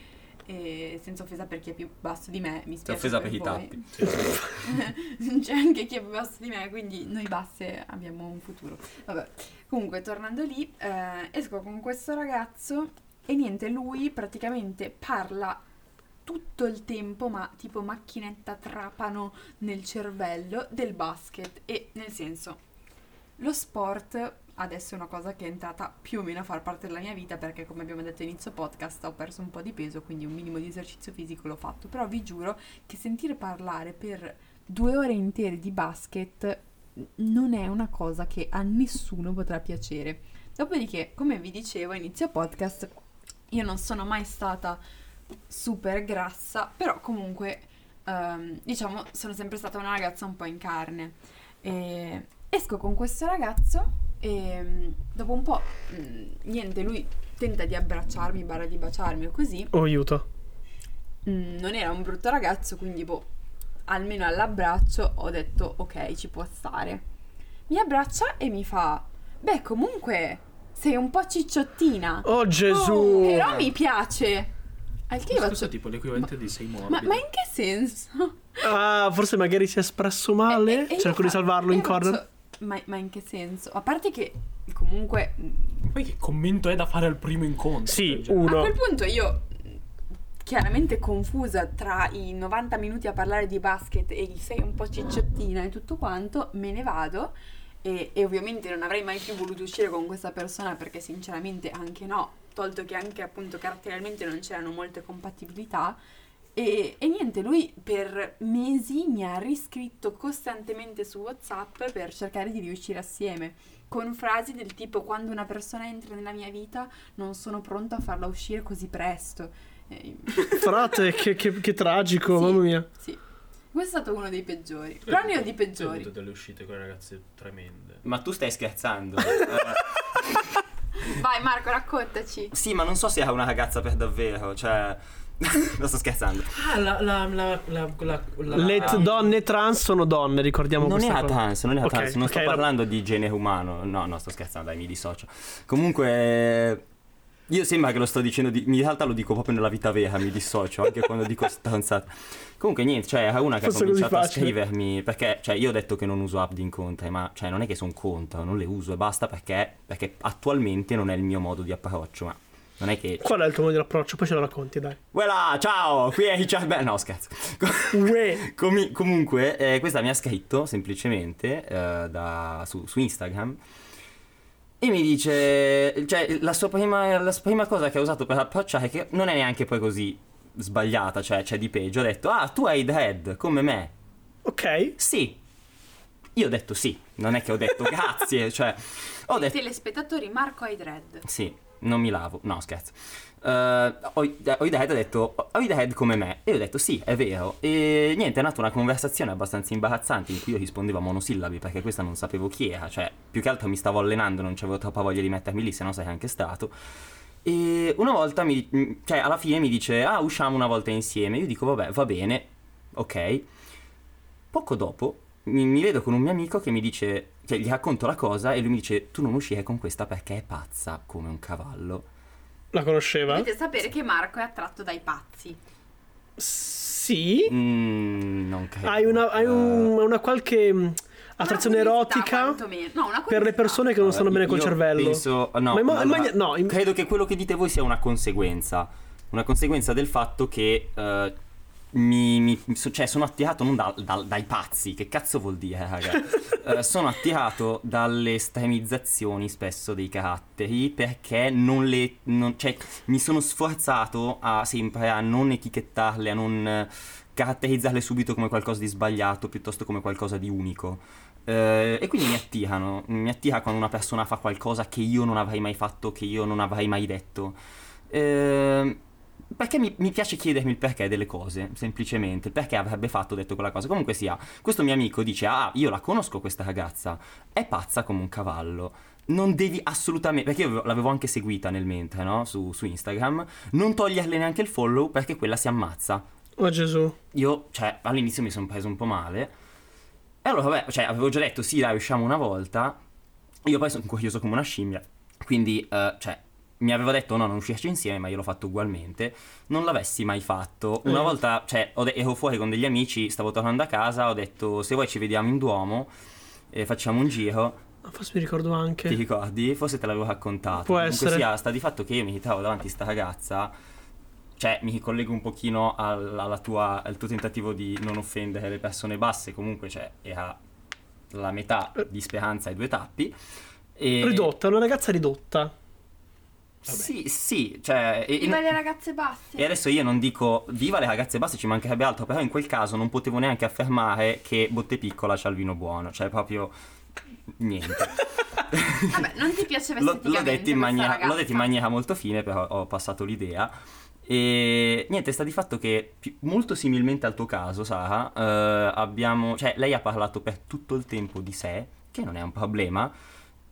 A: E senza offesa per chi è più basso di me, mi spiace.
C: offesa per i
A: voi.
C: tappi.
A: C'è anche chi è più basso di me, quindi noi basse abbiamo un futuro. Vabbè. Comunque, tornando lì, eh, esco con questo ragazzo e niente, lui praticamente parla tutto il tempo, ma tipo macchinetta trapano nel cervello del basket e nel senso lo sport adesso è una cosa che è entrata più o meno a far parte della mia vita perché come abbiamo detto all'inizio podcast ho perso un po' di peso, quindi un minimo di esercizio fisico l'ho fatto, però vi giuro che sentire parlare per due ore intere di basket non è una cosa che a nessuno potrà piacere. Dopodiché, come vi dicevo a inizio podcast, io non sono mai stata super grassa, però comunque ehm, diciamo sono sempre stata una ragazza un po' in carne. E esco con questo ragazzo e mm, dopo un po' mm, niente, lui tenta di abbracciarmi, barra di baciarmi o così.
B: Oh, aiuto.
A: Mm, non era un brutto ragazzo, quindi boh, almeno all'abbraccio ho detto ok, ci può stare. Mi abbraccia e mi fa, beh comunque sei un po' cicciottina,
B: Oh, Gesù.
A: Oh, però mi piace. Al che io
D: Questo
A: faccio,
D: è tipo l'equivalente di sei morbido.
A: ma, ma in che senso?
B: Ah, forse magari si è espresso male.
A: E- e- e
B: Cerco
A: io
B: di
A: fa-
B: salvarlo
A: e
B: in
A: io
B: corner.
A: faccio, Ma, ma in che senso? A parte che comunque
D: Poi che commento è da fare al primo incontro?
B: Sì,
D: Cioè,
A: A
B: uno.
A: quel punto io, mh, chiaramente confusa tra i 90 minuti a parlare di basket e il sei un po' cicciottina e tutto quanto, me ne vado. E, e ovviamente non avrei mai più voluto uscire con questa persona perché sinceramente anche no, tolto che anche appunto caratterialmente non c'erano molte compatibilità. E, e niente, lui per mesi mi ha riscritto costantemente su WhatsApp per cercare di riuscire assieme, con frasi del tipo quando una persona entra nella mia vita non sono pronto a farla uscire così presto. Eh,
B: Frate, che, che- che tragico,
A: Sì.
B: mamma mia.
A: sì, questo è stato uno dei peggiori, però ne ho di
D: Ho avuto
A: peggiori.
D: delle uscite con le ragazze tremende.
C: Ma tu stai scherzando? Eh,
A: Vai Marco, raccontaci.
C: sì, ma non so se è una ragazza per davvero, cioè... non sto scherzando.
D: Ah, la. la, la, la, la, la
B: Le
C: Ah.
B: t- donne trans sono donne, ricordiamo
C: Non
B: questa
C: era
B: cosa.
C: trans, non era
B: Ok,
C: trans, non
B: ok,
C: sto
B: era-
C: parlando di genere umano, no, no, sto scherzando, dai, mi dissocio. Comunque, eh, io sembra che lo sto dicendo, di... in realtà lo dico proprio nella vita vera, mi dissocio, anche quando dico stronzata. Comunque, niente, cioè, era una che
B: Forse
C: ha
B: così
C: cominciato a
B: facile.
C: scrivermi, perché, cioè, io ho detto che non uso app di incontri, ma, cioè, non è che sono conta, non le uso e basta, perché, perché attualmente non è il mio modo di approccio, ma... Non è che...
B: Qual è il tuo modo di approccio? Poi ce lo racconti, dai.
C: Voilà, ciao, qui è Richard... Beh, no, scherzo.
B: Uè.
C: Comi- comunque, eh, questa mi ha scritto semplicemente eh, da- su, su Instagram e mi dice, cioè, la sua, prima, la sua prima cosa che ha usato per approcciare, che non è neanche poi così sbagliata, cioè c'è di peggio, ha detto, ah, tu hai dread come me?
B: Ok.
C: Sì. Io ho detto sì, non è che ho detto grazie, cioè, ho
A: I
C: detto...
A: telespettatori Marco ai dread.
C: Sì, non mi lavo. No, scherzo. Eh, Oi Oi Dead ha detto Oi Dead come me e io ho detto sì è vero e niente è nata una conversazione abbastanza imbarazzante in cui io rispondevo a monosillabi perché questa non sapevo chi era cioè più che altro mi stavo allenando non c'avevo troppa voglia di mettermi lì se no sarei anche stato e una volta mi cioè alla fine mi dice ah usciamo una volta insieme io dico vabbè va bene ok poco dopo mi, mi vedo con un mio amico che mi dice, che gli racconto la cosa e lui mi dice tu non uscire con questa perché è pazza come un cavallo.
B: La conosceva?
A: Dovete sapere che Marco è attratto dai pazzi.
B: Sì.
C: Mm, non credo.
B: Hai una, hai un- una qualche mh, attrazione
A: Una curiosità,
B: erotica
A: quantomeno. No, una
B: per le
A: curiosità.
B: persone che non stanno bene col
C: Eh, Io
B: cervello.
C: Penso, no,
B: Ma- ma-
C: allora,
B: ma- no, in-
C: credo che quello che dite voi sia una conseguenza. Una conseguenza del fatto che eh, mi, mi- so- cioè, sono attirato non dal- dal- dai pazzi, che cazzo vuol dire, raga? Eh, sono attirato dalle estremizzazioni spesso dei caratteri perché non le. non- cioè, mi sono sforzato a, sempre a non etichettarle, a non eh, caratterizzarle subito come qualcosa di sbagliato piuttosto come qualcosa di unico. Eh, e quindi mi attirano, mi attira quando una persona fa qualcosa che io non avrei mai fatto, che io non avrei mai detto. Eh, perché mi, mi piace chiedermi il perché delle cose, semplicemente, perché avrebbe fatto o detto quella cosa. Comunque sia, questo mio amico dice, ah, io la conosco questa ragazza, è pazza come un cavallo. Non devi assolutamente, perché io l'avevo anche seguita nel mentre, no? Su, su Instagram, non toglierle neanche il follow perché quella si ammazza
B: Oh Gesù.
C: io, cioè, all'inizio mi sono preso un po' male. E allora, vabbè, cioè, avevo già detto, sì, dai, usciamo una volta. Io poi sono curioso come una scimmia. Quindi, eh, cioè, mi aveva detto, no, non uscirci insieme, ma io l'ho fatto ugualmente. Non l'avessi mai fatto. Una
B: Eh.
C: volta, cioè, ho de- ero fuori con degli amici, stavo tornando a casa, ho detto, se vuoi ci vediamo in Duomo, e facciamo un giro.
B: Ah, Forse mi ricordo anche.
C: Ti ricordi? Forse te l'avevo raccontato.
B: Può
C: Comunque
B: essere.
C: sia, sta di fatto che io mi ritrovo davanti a sta ragazza. Cioè, mi ricollego un pochino al, alla tua- al tuo tentativo di non offendere le persone basse. Comunque, cioè, era la metà
B: Eh.
C: di speranza ai due tappi. E-
B: Ridotta, una ragazza ridotta.
C: Sì, sì, cioè... e- e-
A: Viva le ragazze basse.
C: e adesso io non dico viva le ragazze basse, ci mancherebbe altro, però in quel caso non potevo neanche affermare che Botte Piccola c'ha il vino buono, cioè proprio niente.
A: Vabbè, non ti piaceva
C: L'ho, l'ho
A: esteticamente
C: detto in
A: questa
C: maniera, l'ho
A: ragazza.
C: detto in maniera molto fine, però ho passato l'idea. E niente, sta di fatto che pi- molto similmente al tuo caso, Sara, eh, abbiamo. Cioè, lei ha parlato per tutto il tempo di sé, che non è un problema.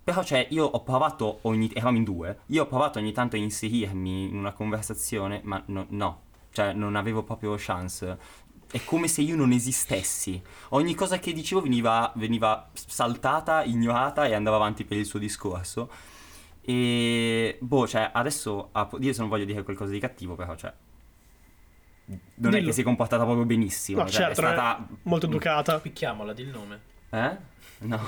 C: Però, cioè, io ho provato ogni. Eravamo in due. Io ho provato ogni tanto a inserirmi in una conversazione, ma no, no. Cioè, non avevo proprio chance. È come se io non esistessi. Ogni cosa che dicevo veniva, veniva saltata, ignorata e andava avanti per il suo discorso. E boh, cioè, adesso a- io se non voglio dire qualcosa di cattivo, però, cioè. Non è
B: Dillo.
C: che si è comportata proprio benissimo.
B: No,
C: cioè,
B: certo,
C: è
B: non è-
C: stata.
B: Molto educata.
D: Picchiamola, di il nome.
C: Eh? No.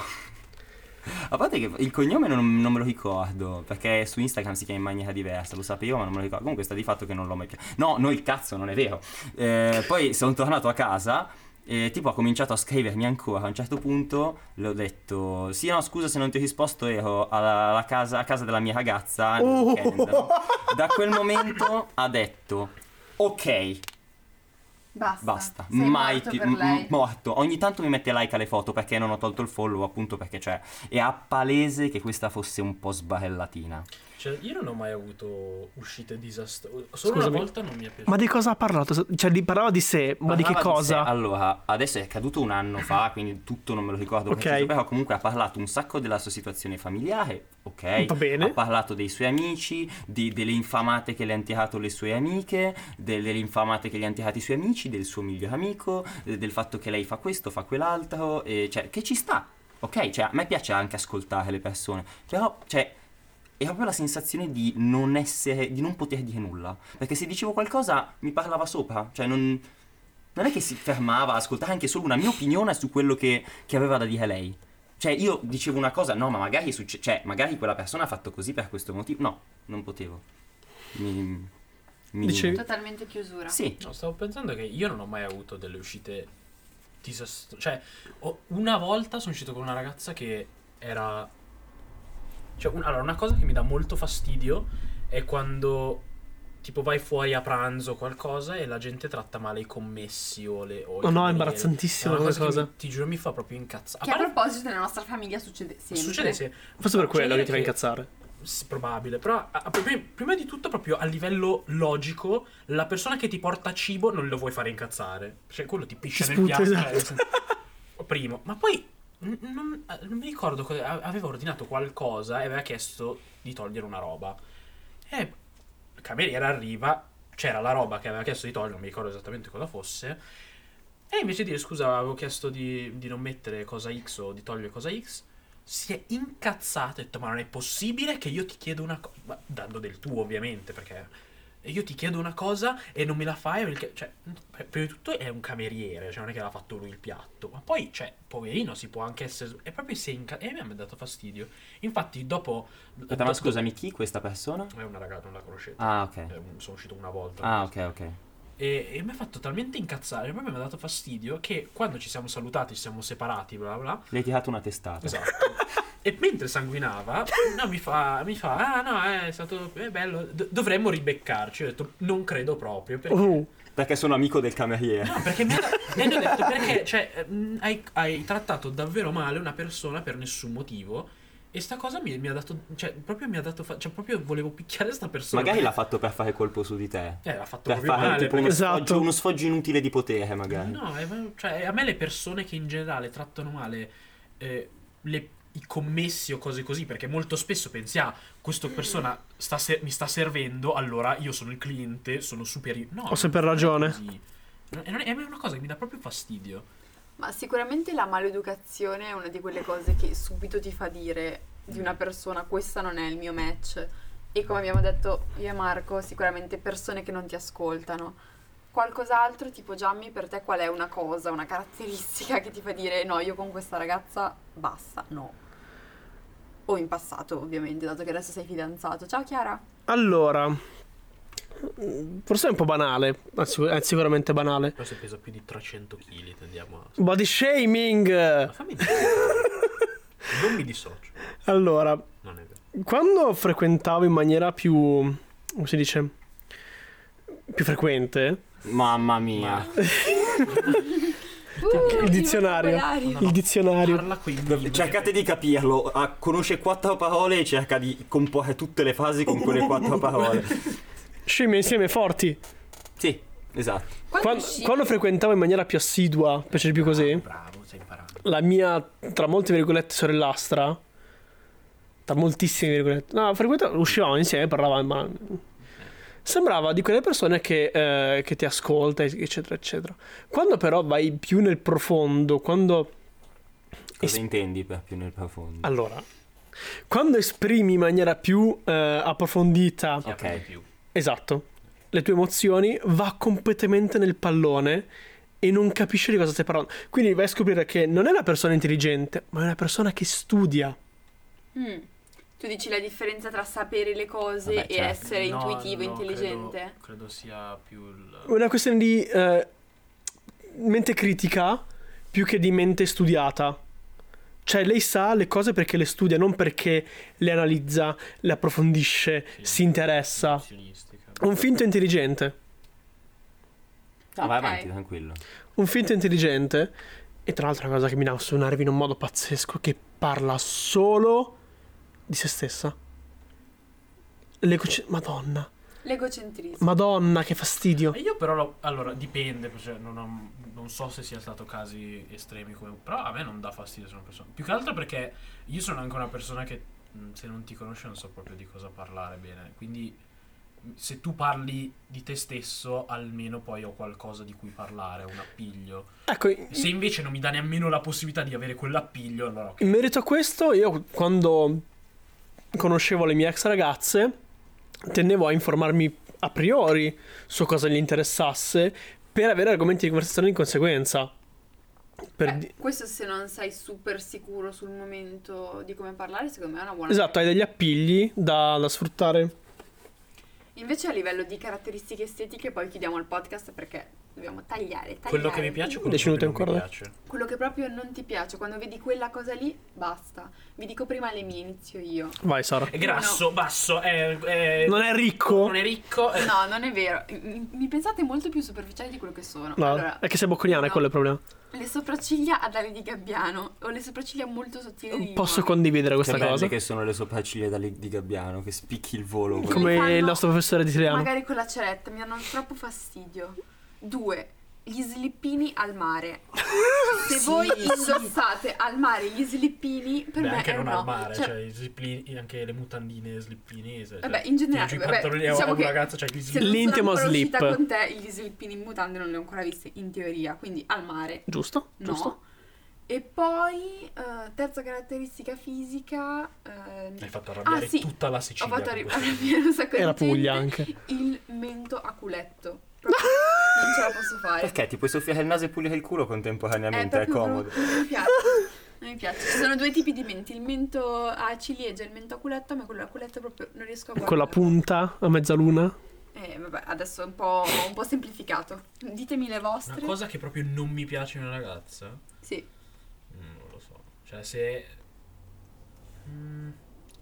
C: A parte che il cognome non, non me lo ricordo, perché su Instagram si chiama in maniera diversa, lo sapevo ma non me lo ricordo. Comunque sta di fatto che non l'ho mai più... No, no, il cazzo, non è vero. Eh, poi sono tornato a casa e tipo ha cominciato a scrivermi ancora. A un certo punto le ho detto, sì no scusa se non ti ho risposto, ero alla, alla casa, a casa della mia ragazza. nel
B: Oh.
C: weekend." Da quel momento ha detto, ok,
A: Basta.
C: Basta,
A: Sei
C: mai
A: morto
C: ti-
A: per
C: m-
A: lei.
C: morto. Ogni tanto mi mette like alle foto perché non ho tolto il follow, appunto perché cioè è a palese che questa fosse un po' sbarellatina.
D: Cioè, io non ho mai avuto uscite disastrose. Solo
B: Scusami.
D: una volta non mi è piaciuto.
B: Ma di cosa ha parlato? Cioè, di- parlava di sé, ma di che
C: Parlava
B: cosa?
C: sé. Allora, adesso è caduto un anno fa, quindi tutto non me lo ricordo
B: Ok.
C: preciso, però comunque ha parlato un sacco della sua situazione familiare, ok?
B: Va bene.
C: Ha parlato dei suoi amici, di- delle infamate che le hanno tirato le sue amiche, de- delle infamate che gli hanno tirato i suoi amici, del suo miglior amico, eh, del fatto che lei fa questo, fa quell'altro, e cioè, che ci sta, ok? Cioè, a me piace anche ascoltare le persone, però, cioè... È proprio la sensazione di non essere, di non poter dire nulla. Perché se dicevo qualcosa mi parlava sopra, cioè non, non è che si fermava a ascoltare anche solo una mia opinione su quello che, che aveva da dire lei. Cioè, io dicevo una cosa, no, ma magari, succe- cioè, magari quella persona ha fatto così per questo motivo. No, non potevo. Mi. mi-
B: Dicevi-
A: Totalmente chiusura.
C: Sì,
D: No, stavo pensando che io non ho mai avuto delle uscite disastrose. Cioè, ho- una volta sono uscito con una ragazza che era. Cioè, un- allora, una cosa che mi dà molto fastidio è quando tipo vai fuori a pranzo o qualcosa e la gente tratta male i commessi o le.
B: Oh
D: O i
B: no, è
D: camerieri.
B: imbarazzantissima
D: È una cosa.
B: quella
D: che
B: cosa.
D: mi- ti giuro, mi fa proprio incazzare.
A: Che a proposito nella nostra famiglia succede sempre.
D: succede se.
B: Forse per
D: Cioè,
B: quello
D: io
B: mi ti fa
D: che-
B: incazzare.
D: Sì, probabile, però a- a- prima, prima di tutto proprio a livello logico, la persona che ti porta cibo non lo vuoi fare incazzare. Cioè quello ti piscia
B: Ti
D: nel
B: sputa,
D: piatto.
B: esatto.
D: eh, sì. Primo, ma poi n- non, eh, non mi ricordo cosa a- aveva ordinato qualcosa e aveva chiesto di togliere una roba. E il cameriere arriva, c'era la roba che aveva chiesto di togliere, non mi ricordo esattamente cosa fosse. E invece di dire scusa, avevo chiesto di, di non mettere cosa X o di togliere cosa X, si è incazzato e ha detto: Ma non è possibile che io ti chiedo una cosa. Dando del tuo, ovviamente, perché. E io ti chiedo una cosa e non me la fai perché. Cioè, pr- prima di tutto è un cameriere, cioè non è che l'ha fatto lui il piatto. Ma poi, cioè, poverino, si può anche essere. È proprio se inca- E a me mi ha dato fastidio. Infatti, dopo.
C: aspetta, ma scusami, chi questa persona?
D: È una ragazza, non la conoscete.
C: Ah, ok.
D: Eh, un- sono uscito una volta.
C: Ah, ok, ok.
D: E, e mi ha fatto talmente incazzare, proprio mi ha dato fastidio, che quando ci siamo salutati, ci siamo separati, bla bla bla.
C: Le hai tirato una testata.
D: Esatto. e mentre sanguinava, no, mi, fa, mi fa, ah no, eh, è stato è bello, do- dovremmo ribeccarci. Io ho detto, non credo proprio, perché...
B: Oh,
C: Perché sono amico del cameriere.
D: No, perché mi era- e gli ho detto perché cioè, mm, hai, hai trattato davvero male una persona per nessun motivo. E sta cosa mi, mi ha dato. Cioè, proprio mi ha dato. fa- cioè, proprio volevo picchiare sta persona.
C: Magari l'ha fatto per fare colpo su di te.
D: Eh, l'ha fatto
C: Per
D: proprio
C: fare
D: male.
C: tipo uno,
B: perché-
C: sfoggio,
B: Esatto.
C: uno sfoggio inutile di potere, magari.
D: No, eh, ma- cioè, a me le persone che in generale trattano male eh, le- i commessi o cose così, perché molto spesso pensi, ah, questa persona sta ser- mi sta servendo, allora io sono il cliente, sono superiore. No,
B: Ho sempre
D: non è
B: ragione.
D: così. Non è, non è- è una cosa che mi dà proprio fastidio.
A: Ma sicuramente la maleducazione è una di quelle cose che subito ti fa dire di una persona questa non è il mio match. E come abbiamo detto io e Marco, sicuramente persone che non ti ascoltano. Qualcos'altro, tipo Gianni, per te qual è una cosa, una caratteristica che ti fa dire no, io con questa ragazza basta, no. O in passato, ovviamente, dato che adesso sei fidanzato. Ciao Chiara.
B: Allora, mm, forse è un po' banale, anzi, è sicuramente banale.
D: Questo pesa più di 300 kg, tendiamo a...
B: Body shaming!
D: Ma fammi dire. non mi dissocio.
B: Allora,
D: Non è vero.
B: quando frequentavo in maniera più. come si dice? più frequente,
C: Mamma mia.
A: Uh,
B: il dizionario.
A: vocabolario.
D: No, no,
B: il dizionario.
D: Parla con i
C: Dov-
D: miei-
C: Cercate di capirlo, ah, conosce quattro parole e cerca di comporre tutte le frasi con quelle quattro parole.
B: Scimmie insieme forti.
C: Sì, esatto.
A: Quando
B: Quando,
A: uscivi-
B: quando frequentavo in maniera più assidua, piace più così,
D: Bravo, stai imparando.
B: la mia, tra molte virgolette, sorellastra, tra moltissime virgolette, no, frequentavo, uscivamo insieme, parlavamo, ma sembrava di quelle persone che, eh, che ti ascolta, eccetera, eccetera. Quando però vai più nel profondo, quando...
C: Cosa
B: Es-
C: intendi per più nel profondo?
B: Allora, quando esprimi in maniera più eh, approfondita
D: Ti apri di più.
B: Esatto. Le tue emozioni va completamente nel pallone e non capisce di cosa stai parlando. Quindi vai a scoprire che non è una persona intelligente, ma è una persona che studia.
A: Mm. Tu dici la differenza tra sapere le cose
C: Vabbè,
A: e
C: certo.
A: essere
D: No,
A: intuitivo e
D: no,
A: intelligente?
D: Credo, credo sia più il.
B: È una questione di eh, mente critica più che di mente studiata. Cioè lei sa le cose perché le studia, non perché le analizza, le approfondisce,
D: Sì.
B: si interessa.
D: Professionistica.
B: Un finto intelligente.
A: Ah,
C: No,
A: Ok.
C: vai avanti, tranquillo.
B: Un finto intelligente. E tra l'altro è una cosa che mi dà su un nervo in un modo pazzesco che parla solo di se stessa. L'egoce- Madonna.
A: L'egocentrismo.
B: Madonna, che fastidio.
D: E io però, lo- allora, dipende, cioè, non, ho- non so se sia stato casi estremi come... Però a me non dà fastidio se una persona... Più che altro perché io sono anche una persona che, mh, se non ti conosce, non so proprio di cosa parlare bene. Quindi, mh, se tu parli di te stesso, almeno poi ho qualcosa di cui parlare, un appiglio.
B: Ecco,
D: Se invece non mi dà nemmeno la possibilità di avere quell'appiglio, allora ok.
B: In merito a questo, io quando conoscevo le mie ex ragazze, tendevo a informarmi a priori su cosa gli interessasse per avere argomenti di conversazione di conseguenza. Per
A: Beh,
B: di-
A: Questo se non sei super sicuro sul momento di come parlare, secondo me è una buona
B: Esatto, hai degli appigli da, da sfruttare.
A: Invece a livello di caratteristiche estetiche poi chiudiamo il podcast perché dobbiamo tagliare, tagliare.
D: Quello che mi piace o quello
B: Dieci
D: che non
B: minuti
D: mi
B: ancora?
D: piace?
A: Quello che proprio non ti piace, quando vedi quella cosa lì, basta. Vi dico prima le mie, inizio io.
B: Vai, Sara.
D: È grasso, basso, è... è-
B: Non è ricco.
D: non è ricco, è-
A: No, non è vero. Mi mi pensate molto più superficiali di quello che sono.
B: No,
A: Allora,
B: è che sei bocconiana, è
A: no.
B: quello il problema.
A: le sopracciglia ad ali di gabbiano o le sopracciglia molto sottili di
B: Posso
A: limone.
B: condividere questa
C: che Cioè, belle
B: cosa?
C: che sono le sopracciglia da lì- di Gabbiano, che spicchi il volo.
A: Come-
B: Come
A: Fanno-
B: il nostro professore di Triano.
A: Magari con la ceretta, mi danno troppo fastidio. Due, gli slippini al mare. Se voi indossate al mare gli slippini, per
D: Beh,
A: me
D: anche
A: è un
D: non
A: no.
D: al mare,
A: Cioè,
D: cioè, i slippini, anche le mutandine slippinese. Cioè,
A: Vabbè, in generale,
D: tiri giù
A: vabbè,
D: i pantaloni a-
A: diciamo
D: a un
A: che
D: ragazzo, cioè, gli
A: se
D: slip-
A: non
B: L'intimo
A: sono ancora uscita
B: slip.
A: con te, gli slippini in mutande non li ho ancora visti in teoria, quindi al mare
B: Giusto?
A: no.
B: Giusto?
A: E poi, eh, terza caratteristica fisica... eh,
D: Mi hai fatto arrabbiare
A: Ah, sì.
D: tutta la
A: ho
D: Sicilia.
A: fatto
D: con
A: arri-
D: questo.
A: arrabbiare un sacco di
B: E la Puglia
A: gente.
B: anche.
A: Il mento a culetto. Proprio non ce la posso fare.
C: Perché ti puoi soffiare il naso e pulire il culo contemporaneamente, è
A: Eh, proprio
C: comodo.
A: brutto, Non mi piace. Non mi piace. Ci sono due tipi di menti, il mento a ciliegia e il mento a culetto, ma quello a culetto proprio non riesco a guardare.
B: Con la punta a mezzaluna.
A: Eh, vabbè, adesso è un po', un po' semplificato. Ditemi le
D: Una
A: vostre.
D: cosa che proprio non mi piace in una ragazza,
A: Sì.
D: mm, non lo so. Cioè, se... Mm,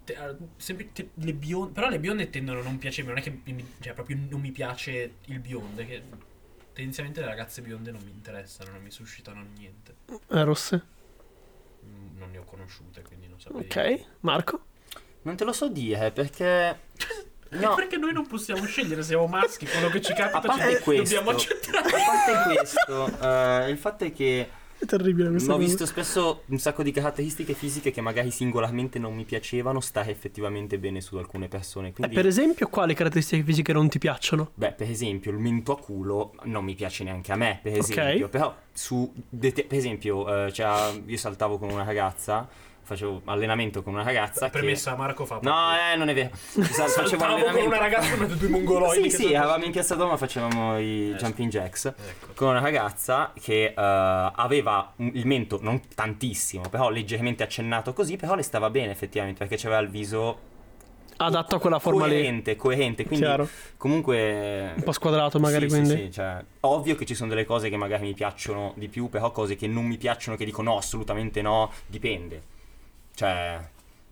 D: te- ah, sempre te- le bionde... Però le bionde tendono a non piacermi, non è che... mi- cioè, proprio non mi piace il bionde, che... Tendenzialmente le ragazze bionde non mi interessano, non mi suscitano niente.
B: Eh, rosse.
D: Mm, Non ne ho conosciute, quindi non saprei.
B: Ok, Marco.
C: Non te lo so dire perché. No, a
D: Perché noi non possiamo scegliere, siamo maschi, quello che ci
C: A
D: capita
C: parte
D: ci
C: questo-
D: dobbiamo accettare.
C: parte questo, eh, il fatto è che
B: È terribile questa
C: ho
B: cosa.
C: visto spesso un sacco di caratteristiche fisiche che magari singolarmente non mi piacevano stare effettivamente bene su alcune persone.
B: Eh,
C: Quindi,
B: per esempio, quali caratteristiche fisiche non ti piacciono?
C: beh, per esempio, il mento a culo non mi piace neanche a me, per esempio. Però, su dete- per esempio, eh, c'era- io saltavo con una ragazza, facevo allenamento con una ragazza. che-
D: Premessa, Marco fa.
C: No, eh, non è vero. Sa- Facevo
D: Saltavo con
C: allenamento.
D: una ragazza con due mongoloidi.
C: Sì,
D: che
C: sì,
D: sono-
C: eravamo in piazza Doma, facevamo i
D: Eh,
C: jumping jacks.
D: Ecco.
C: Con una ragazza che eh, aveva un- il mento non tantissimo, però leggermente accennato così, però le stava bene effettivamente perché c'aveva il viso
B: Adatto a quella forma lì.
C: coerente, coerente, quindi
B: Chiaro.
C: comunque
B: Un po' squadrato, magari.
C: sì,
B: quindi.
C: Sì, sì, cioè, ovvio che ci sono delle cose che magari mi piacciono di più, però cose che non mi piacciono, che dico no, assolutamente no, dipende. Cioè,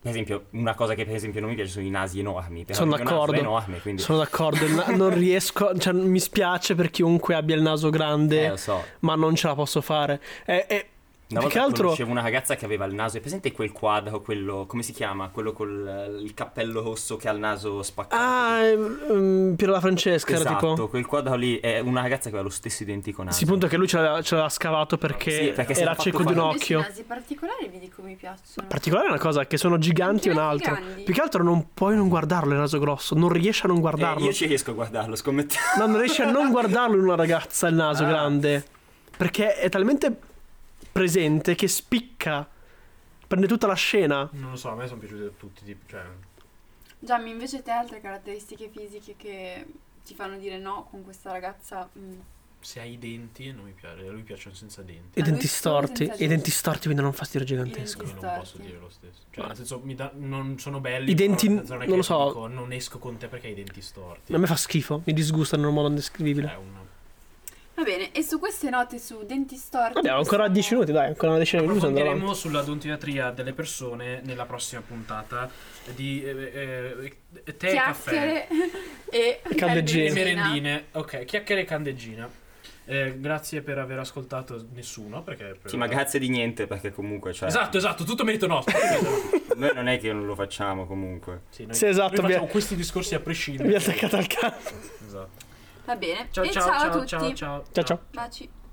C: per esempio, una cosa che per esempio non mi piace sono i nasi enormi. Però
B: Sono
C: il mio naso
B: d'accordo.
C: È enorme, quindi...
B: Sono d'accordo. il na- non riesco. Cioè, mi spiace per chiunque abbia il naso grande,
C: Eh, lo so.
B: ma non ce la posso fare. E, e-
C: Una
B: più che
C: volta
B: altro.
C: conoscevo una ragazza che aveva il naso, è presente quel quadro, quello, come si chiama? Quello col eh, il cappello rosso che ha il naso spaccato.
B: Ah, ehm, Piero la Francesca era
C: esatto,
B: tipo.
C: quel quadro lì è una ragazza che aveva lo stesso identico naso. Eh,
B: Sì, punto che lui ce l'aveva, ce l'aveva scavato
C: Sì,
B: perché,
C: perché si
B: era
C: era fatto
B: cieco di
C: fare-
B: un
A: Invece i
B: occhio.
A: nasi particolari vi dico mi piacciono.
B: Particolare è una cosa che sono giganti,
A: Anche i
B: è
A: nasi
B: un'altra.
A: grandi.
B: Più che altro non puoi non guardarlo il naso grosso, non riesci a non
C: Eh,
B: guardarlo.
C: io ci riesco a guardarlo, scommetto.
B: No, non riesci a non guardarlo in una ragazza il naso
C: Ah.
B: grande. Perché è talmente presente che spicca. Prende tutta la scena.
D: Non lo so, a me sono piaciute tutti. Tipo, cioè,
A: Gianni, invece te altre caratteristiche fisiche che ti fanno dire no con questa ragazza? Mm.
D: se hai i denti, non mi piace. A lui piacciono senza denti.
B: I
A: Ma
B: denti
A: lui solo
B: storti.
A: senza
B: I
A: denti.
B: denti storti mi danno un fastidio gigantesco.
D: Io non
A: Storti.
D: posso dire lo stesso. Cioè, nel senso, mi da- non sono belli.
B: I
D: però
B: denti-
D: nel senso è
B: non
D: che
B: lo so.
D: dico, non esco con te perché hai i denti storti.
B: A me fa schifo. Mi disgusta in un modo
D: Cioè,
B: indescrivibile.
D: è un-
A: Va bene, e su queste note su denti storti...
B: Vabbè, ho ancora
A: possiamo-
B: 10 minuti, dai. Ancora una
C: Eh,
B: decina di minuti. Andrò avanti.
D: Approfondiremo sulla odontiatria delle persone nella prossima puntata di eh, eh, eh, tè e caffè.
A: Chiacchiere e...
B: Candeggine.
D: E
B: Merendine.
D: merendine, ok, chiacchiere e candeggina. Eh, grazie per aver ascoltato nessuno. Perché per
C: Sì, ma grazie di niente perché comunque, cioè,
D: Esatto, esatto, tutto merito nostro.
C: noi non è che non lo facciamo comunque.
D: sì, noi,
B: Sì, esatto,
D: noi
B: via-
D: facciamo questi discorsi a prescindere.
B: Mi ha attaccato al cazzo.
D: Esatto.
A: Va bene.
D: Ciao,
A: e
D: ciao,
A: ciao, a
D: ciao,
A: tutti.
D: ciao, ciao,
B: Ciao ciao.
A: Baci.